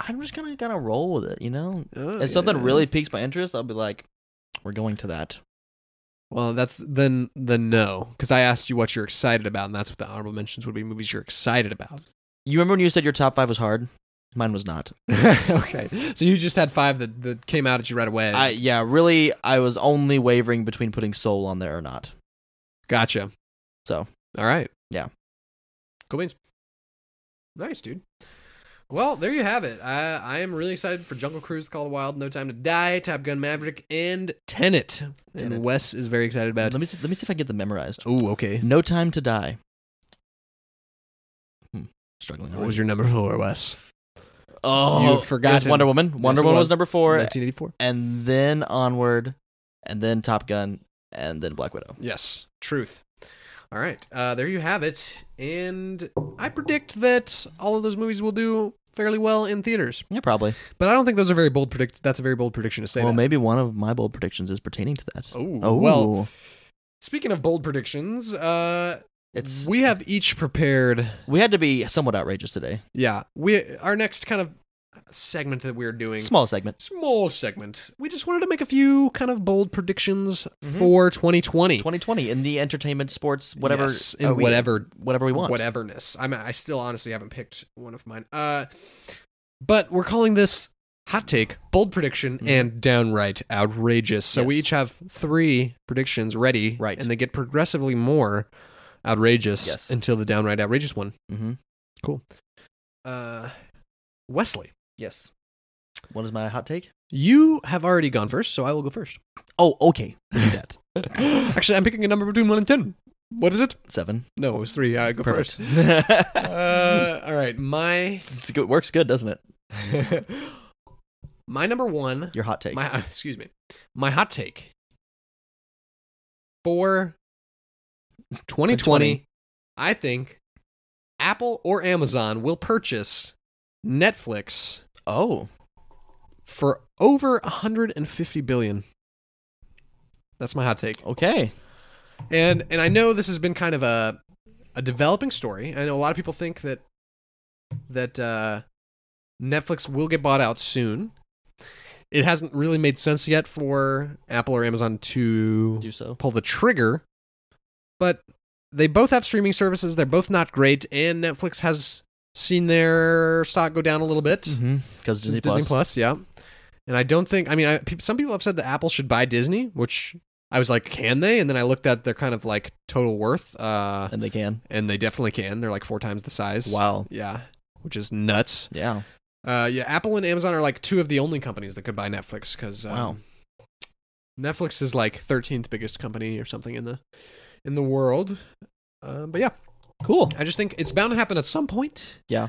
I'm just gonna kind of roll with it. You know, Oh, if something yeah. really piques my interest, I'll be like, we're going to that. Well, that's then the no. Because I asked you what you're excited about, and that's what the honorable mentions would be movies you're excited [laughs] about. You remember when you said your top five was hard? Mine was not. okay. So you just had five that, that came out at you right away. I yeah, really, I was only wavering between putting Soul on there or not. Gotcha. So. All right. Yeah. Cool beans. Nice, dude. Well, there you have it. I, I am really excited for Jungle Cruise, Call of the Wild, No Time to Die, Top Gun Maverick, and Tenet. Tenet. And Wes is very excited about. Let me see, let me see if I can get them memorized. Oh, okay. No time to die. Hmm, struggling. What hard. was your number four, Wes? Oh, You've it was forgotten. Wonder Woman. Wonder it Woman was. was number four, 1984. and then onward, and then Top Gun, and then Black Widow. Yes, truth. All right, uh, there you have it. And I predict that all of those movies will do fairly well in theaters. Yeah, probably. But I don't think those are very bold predict. That's a very bold prediction to say. well, that. maybe one of my bold predictions is pertaining to that. Oh, Oh, well. Speaking of bold predictions, uh, it's we, we have each prepared. had to be somewhat outrageous today. Yeah, we our next kind of segment that we're doing Small segment. small segment. We just wanted to make a few kind of bold predictions Mhm. for 2020, 2020 in the entertainment, sports, whatever, Yes, uh, in we- whatever whatever we want. whateverness. I'm I still honestly haven't picked one of mine. Uh, but we're calling this hot take, bold prediction, Mhm. and downright outrageous. So we Yes. each have three predictions ready, Right. And they get progressively more outrageous Yes. until the downright outrageous one. Mm-hmm. Uh, Wesley, Yes. What is my hot take? you have already gone first, so I will go first. Oh, okay. We do that. [laughs] Actually, I'm picking a number between one and ten. What is it? Seven. No, it was three. I go Perfect. first. Uh, all right, my [laughs] [laughs] it's good. Works good, doesn't it? my number one Your hot take. My [laughs] excuse me. My hot take for 2020, 2020. I think Apple or Amazon will purchase Netflix oh, for over 150 billion. That's my hot take. okay. And and I know this has been kind of a a developing story. I know a lot of people think that that uh, Netflix will get bought out soon. It hasn't really made sense yet for Apple or Amazon to Do so. pull the trigger, but they both have streaming services. They're both not great, and Netflix has seen their stock go down a little bit mm-hmm. because Disney since Plus. Disney Plus. Yeah, and I don't think. I mean, I, peop some people have said that Apple should buy Disney, which I was like, can they? And then I looked at their kind of like total worth, uh, and they can. and they definitely can. They're like four times the size. Wow. Yeah, which is nuts. Yeah. Uh, yeah, Apple and Amazon are like two of the only companies that could buy Netflix because Wow. Netflix is like thirteenth biggest company or something in the in the world. Uh, but yeah, Cool. I just think it's bound to happen at some point. Yeah.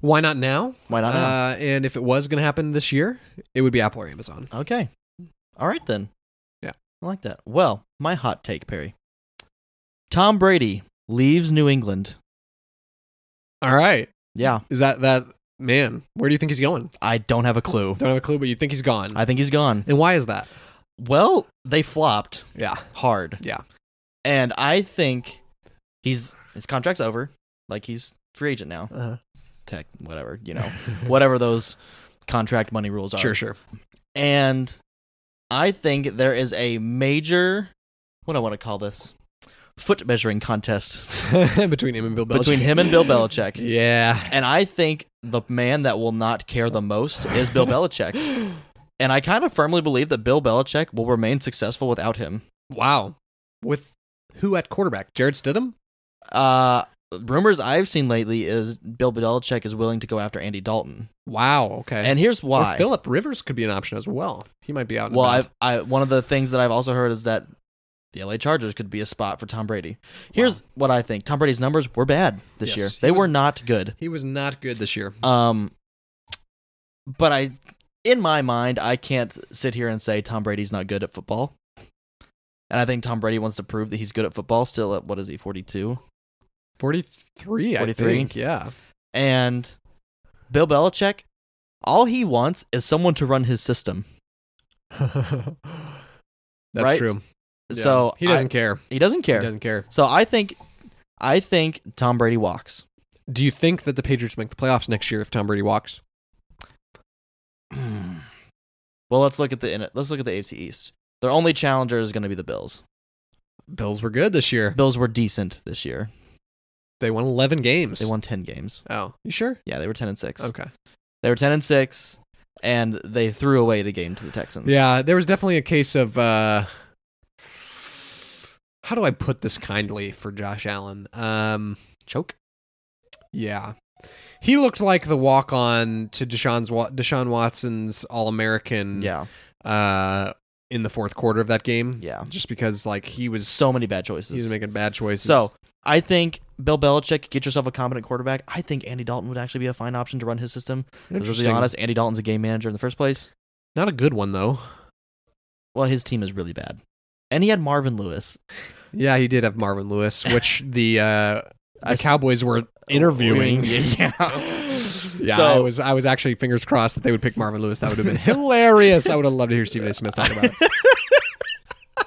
Why not now? Why not? now? Uh, and if it was going to happen this year, it would be Apple or Amazon. Okay. All right then. Uh, Yeah. I like that. Well, my hot take, Perry. Tom Brady leaves New England. All right, Yeah. is that that man? Where do you think he's going? I don't have a clue. Don't have a clue, but you think he's gone. I think he's gone. and why is that? Well, they flopped Yeah, hard. Yeah. And I think he's his contract's over. Like he's free agent now. uh, Tech whatever, [laughs] you know. [laughs] whatever those contract money rules are. sure, sure. And I think there is a major what do I want to call this? Foot measuring contest [laughs] Between him and Bill Belichick. between him and Bill [laughs] Belichick. Yeah. And I think the man that will not care the most [laughs] is Bill Belichick. And I kind of firmly believe that Bill Belichick will remain successful without him. Wow. With who at quarterback? Jared Stidham? Uh, rumors I've seen lately is Bill Belichick is willing to go after Andy Dalton. Wow. Okay. And here's Or why. Philip Rivers could be an option as well. He might be out. And well, about. I've, I one of the things that I've also heard is that the LA Chargers could be a spot for Tom Brady. Here's what I think: Tom Brady's numbers were bad this Yes, year; he they were was- Mhm. not good. he was not good this year. Um, but I, in my mind, I can't sit here and say Tom Brady's not good at football. And I think Tom Brady wants to prove that he's good at football still at what is he, 42? Forty-three. I 43? think. [laughs] Yeah. And Bill Belichick, all he wants is someone to run his system. That's Right? true. Yeah. So he doesn't I- care. he doesn't care. He doesn't care. So I think I think Tom [clears throat] Brady walks. Do you think that the Patriots make the playoffs next year if Tom Brady walks? well, let's look at the let's look at the AFC East. Their only challenger is going to be the Bills. Bills were good this year. Bills were decent this year. They won eleven games. They won 10 games. Oh, you sure? Yeah, they were 10 and 6. Okay. They were 10 and 6 and they threw away the game to the Texans. Yeah, there was definitely a case of uh how do I put this kindly for Josh Allen? Um Choke. yeah. He looked like the walk on to Deshaun's Wa- Deshaun Watson's All American Yeah. uh in the fourth quarter of that game. Yeah. Just because like he was So many bad he was choices. making bad choices. So, I think Bill Belichick, get yourself a competent quarterback. I think Andy Dalton would actually be a fine option to run his system. 'Cause Let's be Interesting. honest, Andy Dalton's a game manager in the first place. not a good one though. Well, his team is really bad. And he had Marvin Lewis. Yeah, he did have Marvin [laughs] Lewis, which the uh the I s- Cowboys were interviewing. [laughs] Yeah. [laughs] Yeah, I So- was I was actually fingers crossed that they would pick Marvin Lewis. That would [laughs] have been hilarious. I would have loved to hear Stephen A. Smith talk about it.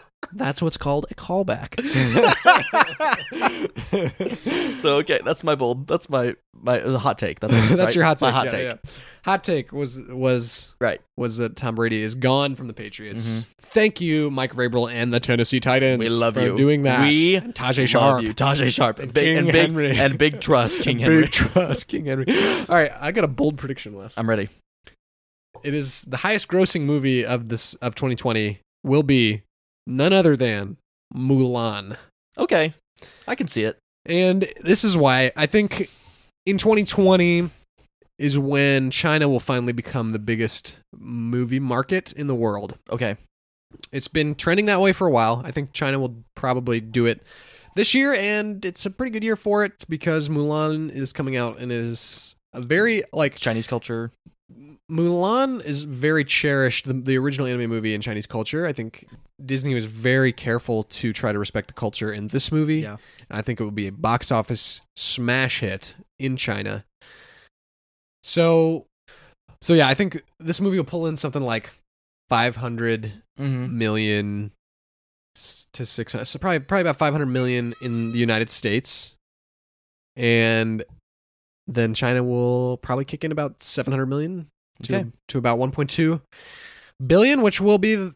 [laughs] That's what's called a callback. [laughs] so okay, that's my bold. That's my my uh, hot take. [laughs] That's, what it [laughs] is, That's right? your hot My take. hot yeah, take. yeah. Hot take was was Right. Mm-hmm. was that Tom Brady is gone from the Patriots. Thank you, Mike Vrabel and the Tennessee Titans. We love for you. doing that. We and Tajay Sharp. Love you, Tajay Sharp, and King big, and big Henry. [laughs] and big trust, King Henry. Big trust, King Henry. All right, I got a bold prediction list. I'm ready. it is the highest grossing movie of this of 2020 will be none other than Mulan. Okay, I can see it. And this is why I think in 2020 is when China will finally become the biggest movie market in the world. Okay, It's been trending that way for a while. I think China will probably do it this year and it's a pretty good year for it because Mulan is coming out and is a very like Chinese culture. Mulan is very cherished. The, the original anime movie in Chinese culture, I think Disney was very careful to try to respect the culture in this movie. Yeah. And I think it will be a box office smash hit in China. So, so yeah, I think this movie will pull in something like 500 [laughs] Mm-hmm. million s- to 600, so probably, probably about 500 million in the United States. And then China will probably kick in about 700 million to, Okay, to about 1.2 billion, which will be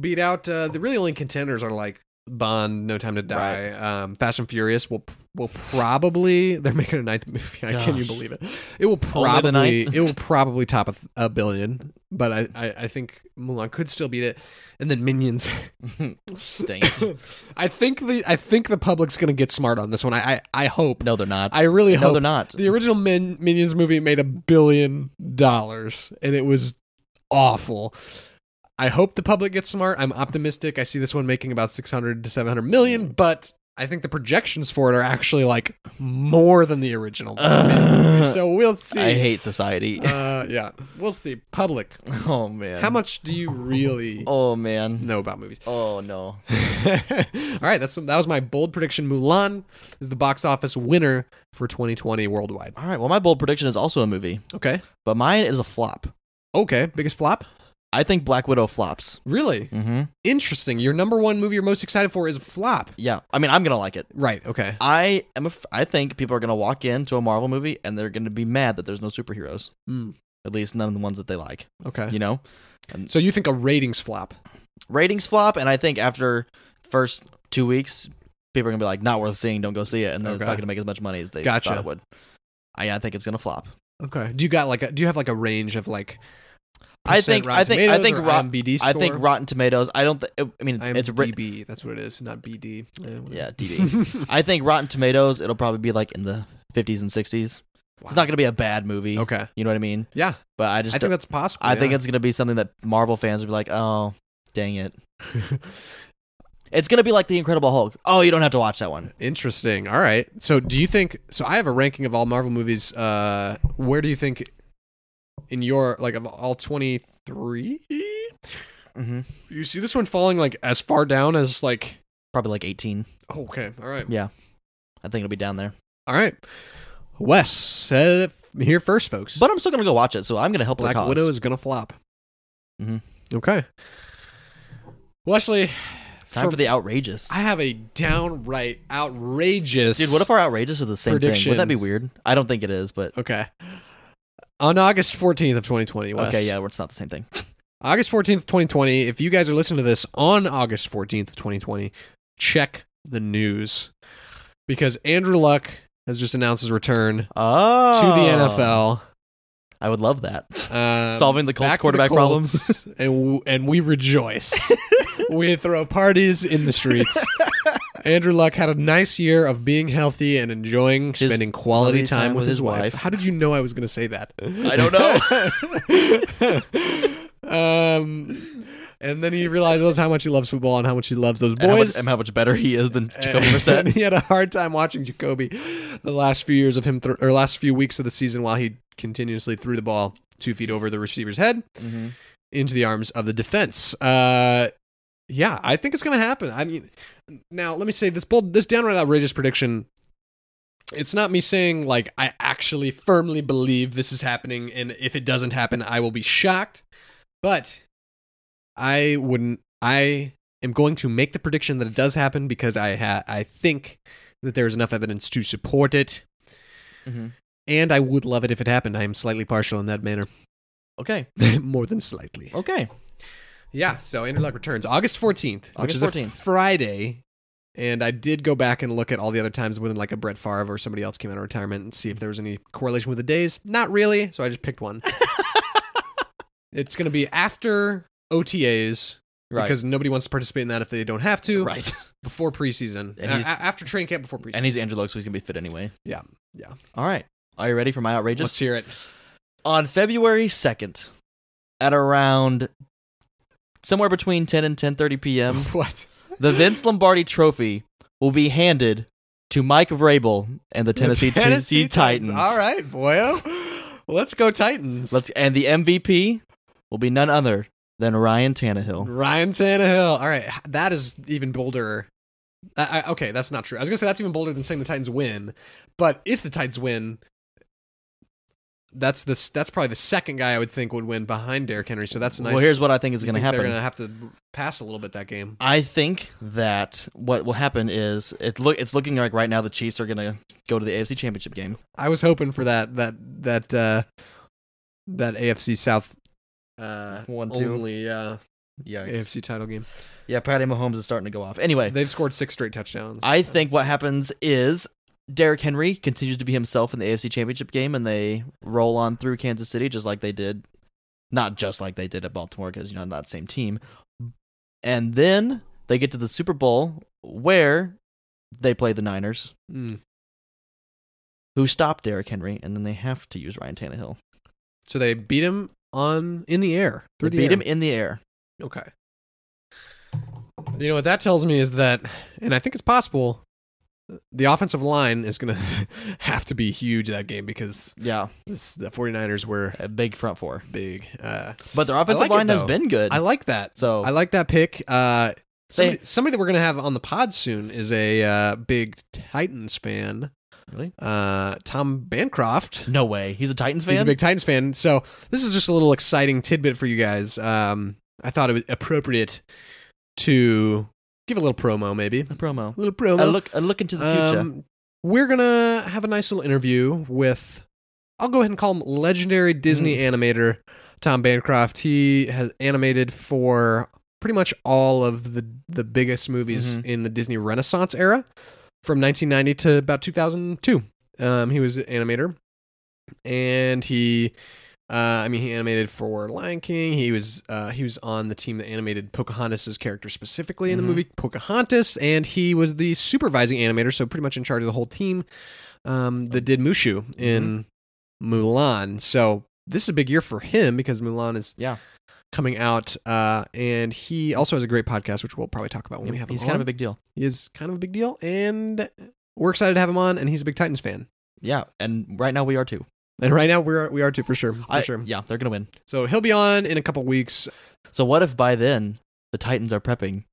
beat out. Uh, the really only contenders are like Bond, No Time to Die, um, Fast and Furious will will probably they're making a ninth movie. Can you Gosh. believe it? It will Only the probably ninth? it will probably top a, th- a billion, but I, I I think Mulan could still beat it, and then [laughs] Minions. Dang it. I think the I think the public's gonna get smart on this one. I I, I hope. [laughs] No, they're not. I really no, hope [laughs] they're not. the original Min- Minions movie made a billion dollars and it was awful. I hope the public gets smart. I'm optimistic. I see this one making about 600 to 700 million, but I think the projections for it are actually like more than the original. Ugh. so we'll see. Uh-huh. I [laughs] hate society. uh, yeah, we'll see. Public, oh man. how much do you really [laughs] Oh man. know about movies? [laughs] Oh no. All right, that's that was my bold prediction. Mulan is the box office winner for 2020 worldwide. All right. Well, my bold prediction is also a movie, Okay, but mine is a flop. okay, biggest flop. I think Black Widow flops. Really Mm-hmm. interesting. Your number one movie you're most excited for is Flop. Yeah. I mean, I'm gonna like it. Right. Okay. I am. A f- I think people are gonna walk into a Marvel movie and they're gonna be mad that there's no superheroes. Mm, At least none of the ones that they like. okay. You know, So you think a ratings flop? ratings flop, and I think after first two weeks, people are gonna be like, "Not worth seeing. Don't go see it," and then it's Okay. not gonna make as much money as they Gotcha. thought it would. I, I think it's gonna flop. Okay. Do you got like a do you have like a range of like? I think- percent I Rotten think- I Tomatoes think or Rot- IMDb I think score? Rotten Tomatoes. I don't. Th- I mean, it's IMDb. written. That's what it is, not Eh, BD. Yeah, DD. I think Rotten Tomatoes, it'll probably be like in the 50s and 60s. It's not going to be a bad movie. [laughs] Okay. You know what I mean? Yeah, But I just, I think that's possible. yeah. it's going to be something that Marvel fans would be like, oh, [laughs] dang it. It's going to be like The Incredible Hulk. Oh, you don't have to watch that one. Interesting. All right. So, do you think? So, I have a ranking of all Marvel movies. Uh, where do you think in your like of all twenty three? Mm-hmm. You see this one falling like as far down as like. Probably like 18. oh, okay. All right. I think it'll be down there. All right. Wes said it here first, folks. But I'm still going to go watch it, so I'm going to help Black the cause. Widow is gonna flop. Mhm. Okay. Wesley, Time for, the outrageous. I have a downright outrageous. Dude, what if our outrageous is the same thing? Prediction. Wouldn't that be weird? I don't think it is, but. Okay. On August 14th of 2020, Wes. Okay, yeah, it's not the same thing. August 14th, 2020. If you guys are listening to this on August 14th, of 2020, check the news because Andrew Luck has just announced his return Oh. to the I would love that. NFL. Um, Solving the Colts back to quarterback Colts, [laughs] and, w- and we [laughs] rejoice. we throw parties in the streets. Andrew Luck had a nice year of being healthy and enjoying His spending quality, quality time, with, his, wife. wife. How did you know I was going to say that? I don't know. [laughs] um, and then he realizes how much he loves football and how much he loves those and how, boys. much, and how much better he is than [laughs] Jacoby And Brissett. he had a hard time watching Jacoby the last few years of him, th- or last few weeks of the season, while he continuously threw the ball two feet over the receiver's head into the arms of the defense. Uh, yeah, I think it's going to happen. I mean, now let me say this bold, this downright outrageous prediction. It's not me saying like I actually firmly believe this is happening, and if it doesn't happen, I will be shocked. But I wouldn't. I am going to make the prediction that it does happen because I ha- I think that there is enough evidence to support it, Mhm. and I would love it if it happened. I am slightly partial in that manner, [laughs] Okay, more than slightly. okay. Yeah, so Andrew Luck returns August 14th, which August is 14th. a Friday. And I did go back and look at all the other times when like a Brett Favre or somebody else came out of retirement and see if there was any correlation with the days. Not really, so I just picked [laughs] one. it's going to be after OTAs Right, because nobody wants to participate in that if they don't have to. right. Before preseason, And Uh, he's- a- after training camp, before preseason. And he's Angelo, so he's gonna be fit anyway. Yeah, yeah. All right. Are you ready for my outrageous? Let's [laughs] hear it. On February second, at around somewhere between ten and ten [laughs] thirty p.m., what? the Vince Lombardi Trophy will be handed to Mike Vrabel and the Tennessee, The Tennessee Titans. All right, boyo. Let's go Titans. Let's and the MVP will be none other than Ryan Tannehill. Ryan Tannehill. All right, that is even bolder. I, I, okay, that's not true. I was gonna say that's even bolder than saying the Titans win, but if the Titans win, that's this. That's probably the second guy I would think would win behind Derrick Henry. So that's nice. Well, here's what I think is You going to think happen. They're gonna have to pass a little bit that game. I think that what will happen is it look it's looking like right now the Chiefs are gonna go to the AFC Championship game. I was hoping for that that that uh that AFC South uh One, two. only uh Yikes. AFC title game. Yeah, Patty Mahomes is starting to go off. Anyway, They've scored six straight touchdowns. I think what happens is Derrick Henry continues to be himself in the AFC Championship game, and they roll on through Kansas City just like they did, not just like they did at Baltimore because you know not the same team. And then they get to the Super Bowl where they play the Niners, Mm. who stopped Derrick Henry, and then they have to use Ryan Tannehill. So they beat him on in the air. They Through the beat air. him in the air. Okay. You know what that tells me is that, and I think it's possible, the offensive line is going to [laughs] have to be huge that game because Yeah, this, the 49ers were a big front four. big. Uh, But their offensive like it, line has though. been good. I like that. so I like that pick. Uh, somebody, They- somebody that we're going to have on the pod soon is a uh, big Titans fan, really, uh, Tom Bancroft. no way. He's a Titans fan. He's a big Titans fan. So this is just a little exciting tidbit for you guys. Um, I thought it was appropriate to give a little promo, maybe a A promo. little promo. I look. I look into the future. Um, we're gonna have a nice little interview with. I'll go ahead and call him legendary Disney Mm. animator Tom Bancroft. He has animated for pretty much all of the the biggest movies Mm-hmm. in the Disney Renaissance era, from 1990 to about 2002. Um, he was an animator, and he. Uh, I mean, he animated for Lion King. He was uh, he was on the team that animated Pocahontas' character specifically in Mhm. the movie Pocahontas, and he was the supervising animator, so pretty much in charge of the whole team um, that did Mushu Mm-hmm. in Mulan. So this is a big year for him because Mulan is Yeah. coming out, uh, and he also has a great podcast, which we'll probably talk about when oh, we have he's him kind on. of a big deal. he is kind of a big deal, and we're excited to have him on. And he's a big Titans fan, Yeah, and right now we are too. and right now we are we are too for sure, for I, sure. Yeah, they're gonna win. So he'll be on in a couple weeks. So what if by then the Titans are prepping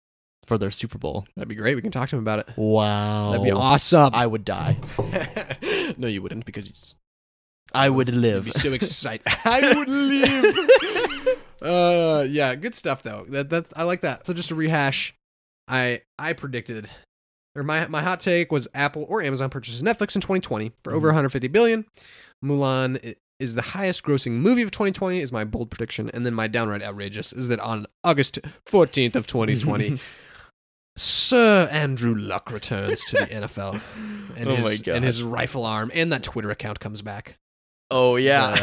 for their Super Bowl? That'd be great. We can talk to him about it. Wow, That'd be awesome. Oh. I would die. [laughs] no, you wouldn't because you'd I would live. be so [laughs] excited. I would [laughs] leave. [laughs] uh, yeah, good stuff though. That that I like that. So just to rehash, I I predicted, or my my hot take was Apple or Amazon purchases Netflix in 2020 for Mm-hmm. over 150 billion. Mulan i- is the highest grossing movie of 2020 is my bold prediction, and then my downright outrageous is that on August 14th of [laughs] 2020. Sir Andrew Luck returns to the NFL, and, Oh my his, God. and his rifle arm and that Twitter account comes back. Uh, oh yeah,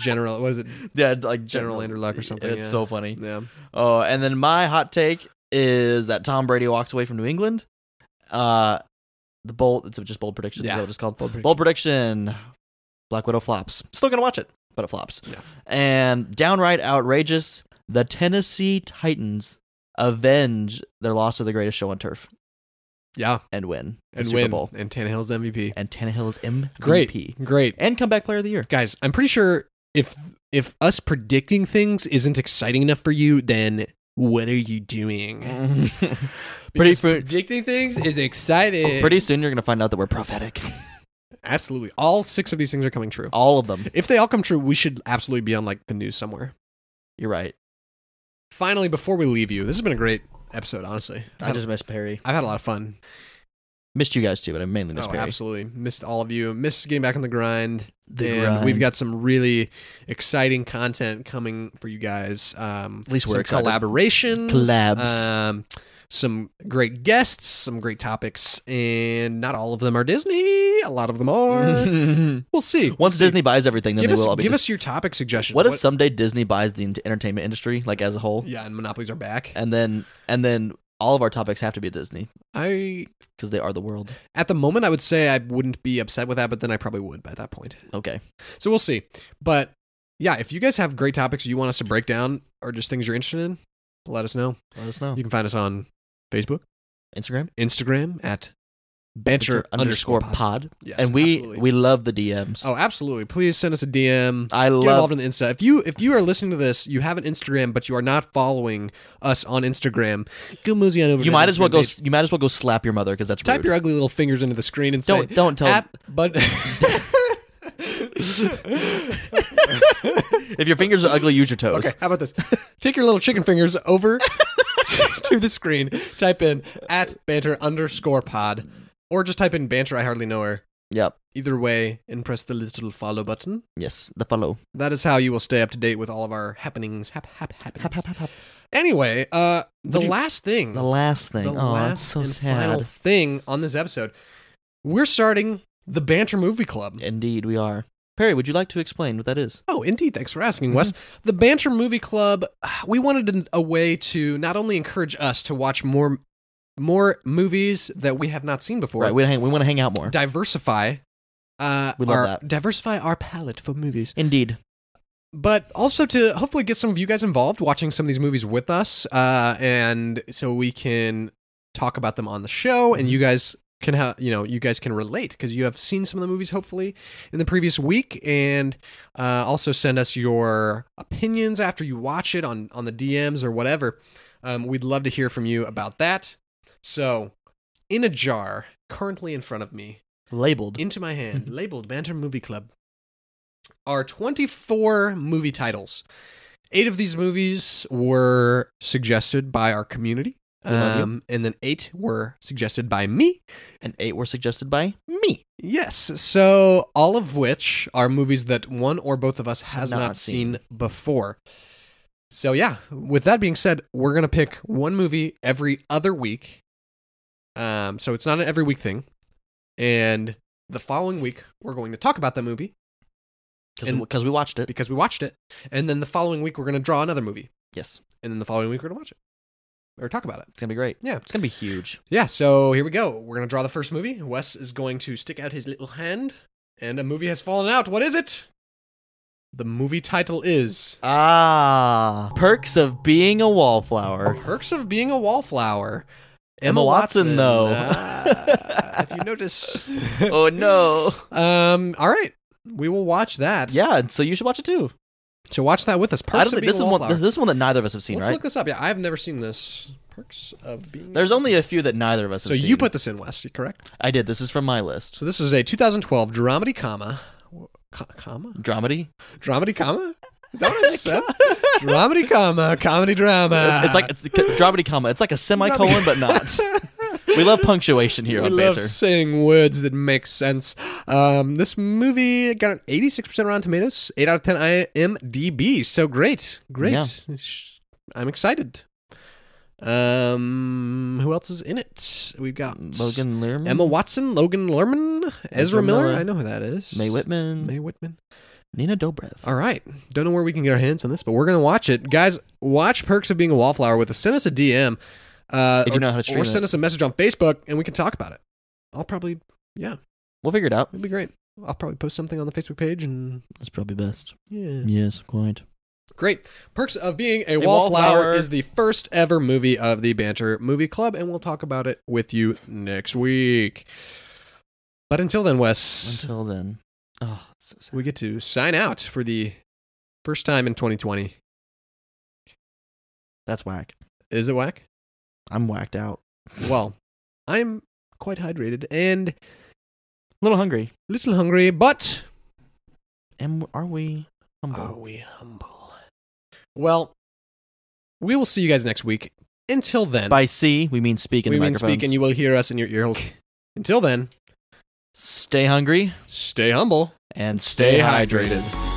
General, what is it? yeah, like General Andrew Luck or something, It's yeah. so funny. Yeah. Oh, and then my hot take is that Tom Brady walks away from New England. Uh, the bold. It's just bold prediction. Yeah. Yeah, just called Bold prediction. bold prediction. Black Widow flops. Still gonna watch it, but it flops. Yeah. And downright outrageous. The Tennessee Titans avenge their loss of the greatest show on turf. Yeah, and win the and Super win. Bowl. And Tannehill's MVP. And Tannehill is MVP Great, great and comeback player of the year. [laughs] guys. I'm pretty sure if if us predicting things isn't exciting enough for you, then what are you doing? Mm. pretty Because soon, predicting things is exciting. pretty soon you're gonna find out that we're prophetic. absolutely. All six of these things are coming true. All of them. If they all come true, we should absolutely be on like the news somewhere. You're right. Finally, before we leave you, this has been a great episode. Honestly, I've, missed Perry. I've had a lot of fun. Missed you guys too, but I mainly missed Oh, Perry. absolutely. Missed all of you. Missed getting back on the grind. The and grind. we've got some really exciting content coming for you guys. Um, At least we're some excited. collaborations, Collabs. um, some great guests, some great topics, and not all of them are Disney. A lot of them [laughs] are. we'll see. [laughs] Once We'll see. Disney buys everything, then give they us will. all be give just- us your topic suggestions. what if someday Disney buys the ent- entertainment industry, like as a whole, yeah, and monopolies are back. and then and then all of our topics have to be Disney I because they are the world. at the moment I would say I wouldn't be upset with that, but then I probably would by that point. Okay. So we'll see. But yeah, if you guys have great topics you want us to break down or just things you're interested in, let us know. Let us know. You can find us on Facebook, Instagram. Instagram at banter underscore underscore pod. pod. Yes, and we absolutely. we love the DMs. oh absolutely. Please send us a DM. I Get love involved in the Insta. If you if you are listening to this, you have an Instagram, but you are not following us on Instagram. Go mosey on over. You to the might as well Instagram go. page. You might as well go slap your mother because that's Type rude. your ugly little fingers into the screen and don't say, don't tell. at, but [laughs] [laughs] if your fingers are ugly, use your toes. Okay, how about this? [laughs] Take your little chicken fingers [laughs] over [laughs] to the screen, type in at banter underscore pod, or just type in banter I hardly know her. Yep. Either way, and press the little follow button. Yes. The follow. That is how you will stay up to date with all of our happenings. Hap, hap, happenings. Hap, hap, hap, hap. Anyway, uh, the Would you- last thing, The last thing. the oh, last so and sad. final thing on this episode, we're starting the Banter Movie Club. Indeed, we are. Perry, would you like to explain what that is? Oh, indeed. Thanks for asking, Wes. Mm-hmm. The Banter Movie Club, we wanted an- a way to not only encourage us to watch more more movies that we have not seen before, Right, we, hang, we want to hang out more. diversify uh We love our, that. diversify our palette for movies. Indeed. but also to hopefully get some of you guys involved watching some of these movies with us uh, and so we can talk about them on the show and you guys can ha- you know you guys can relate because you have seen some of the movies hopefully in the previous week and uh, also send us your opinions after you watch it on on the dms or whatever um, we'd love to hear from you about that so in a jar currently in front of me [laughs] Labeled. into my [laughs] hand, labeled Banter Movie Club, are 24 movie titles. Eight of these movies were suggested by our community, We love you. um, and then eight were suggested by me. and eight were suggested by Me. Yes. So all of which are movies that one or both of us has not, Not seen. seen. before. So yeah, with that being said, we're gonna pick one movie every other week. Um, so it's not an every week thing. And the following week we're going to talk about that movie And- because we watched it. because we watched it. And then the following week we're gonna draw another movie. Yes, And then the following week we're gonna watch it. Or talk about it. it's gonna be great. Yeah. It's gonna be huge. Yeah, so here we go. We're going to draw the first movie. Wes is going to stick out his little hand, and a movie has fallen out. What is it? The movie title is Ah, perks of being a wallflower. Perks of Being a Wallflower. Emma Watson, though. Ah, if you [laughs] notice. [laughs] oh no. Um, all right. We will watch that. [laughs] Yeah, and so you should watch it too. So watch that with us. I Perks don't of think Being this a is one. Wallflower. This is one that neither of us have seen, Let's right? look this up. Yeah, I've never seen this. Perks of Being There's only a few that neither of us So have seen. you put this in, Wes, correct? I did. This is from my list. So this is a 2012 dramedy comma. Co- comma? Dramedy. Dramedy comma? Is that what I just [laughs] said? Dramedy comma, comedy drama. It's- it's like it's a c- dramedy comma. It's like a semicolon, [laughs] but not. [laughs] We love punctuation here we on love Banter. saying words that make sense. Um, this movie got an 86% Rotten Tomatoes, 8 out of 10 IMDb. So great. Great. Sh- I'm excited. Um, who else is in it? We've got Logan Lerman, Emma Watson, Logan Lerman, Ezra Ezra Miller. Miller. I know who that is. May Whitman, May Whitman. Nina Dobrev. All right. Don't know where we can get our hands on this, but we're going to watch it. Guys, watch Perks of Being a Wallflower with us. Send us a DM. Uh, If you or, know how to stream or send it. us a message on Facebook and we can talk about it. I'll probably, yeah, We'll figure it out. it'd be great. I'll probably post something on the Facebook page and That's probably best. yeah. Yes, quite. Great. Perks of Being a, A wallflower, Wallflower. is the first ever movie of the Banter Movie Club, and we'll talk about it with you next week. But until then, Wes, Until then. Oh, it's so sad. we get to sign out for the first time in 2020. That's whack. Is it whack? I'm whacked out. Well, I'm quite hydrated and A little hungry. a little hungry, but And are we humble? we humble? Well, we will see you guys next week. Until then, By see, we mean speak in Oh. we the mean microphones. speak, and you will hear us in your ear holes. Until then, Stay hungry stay humble. and Stay hydrated.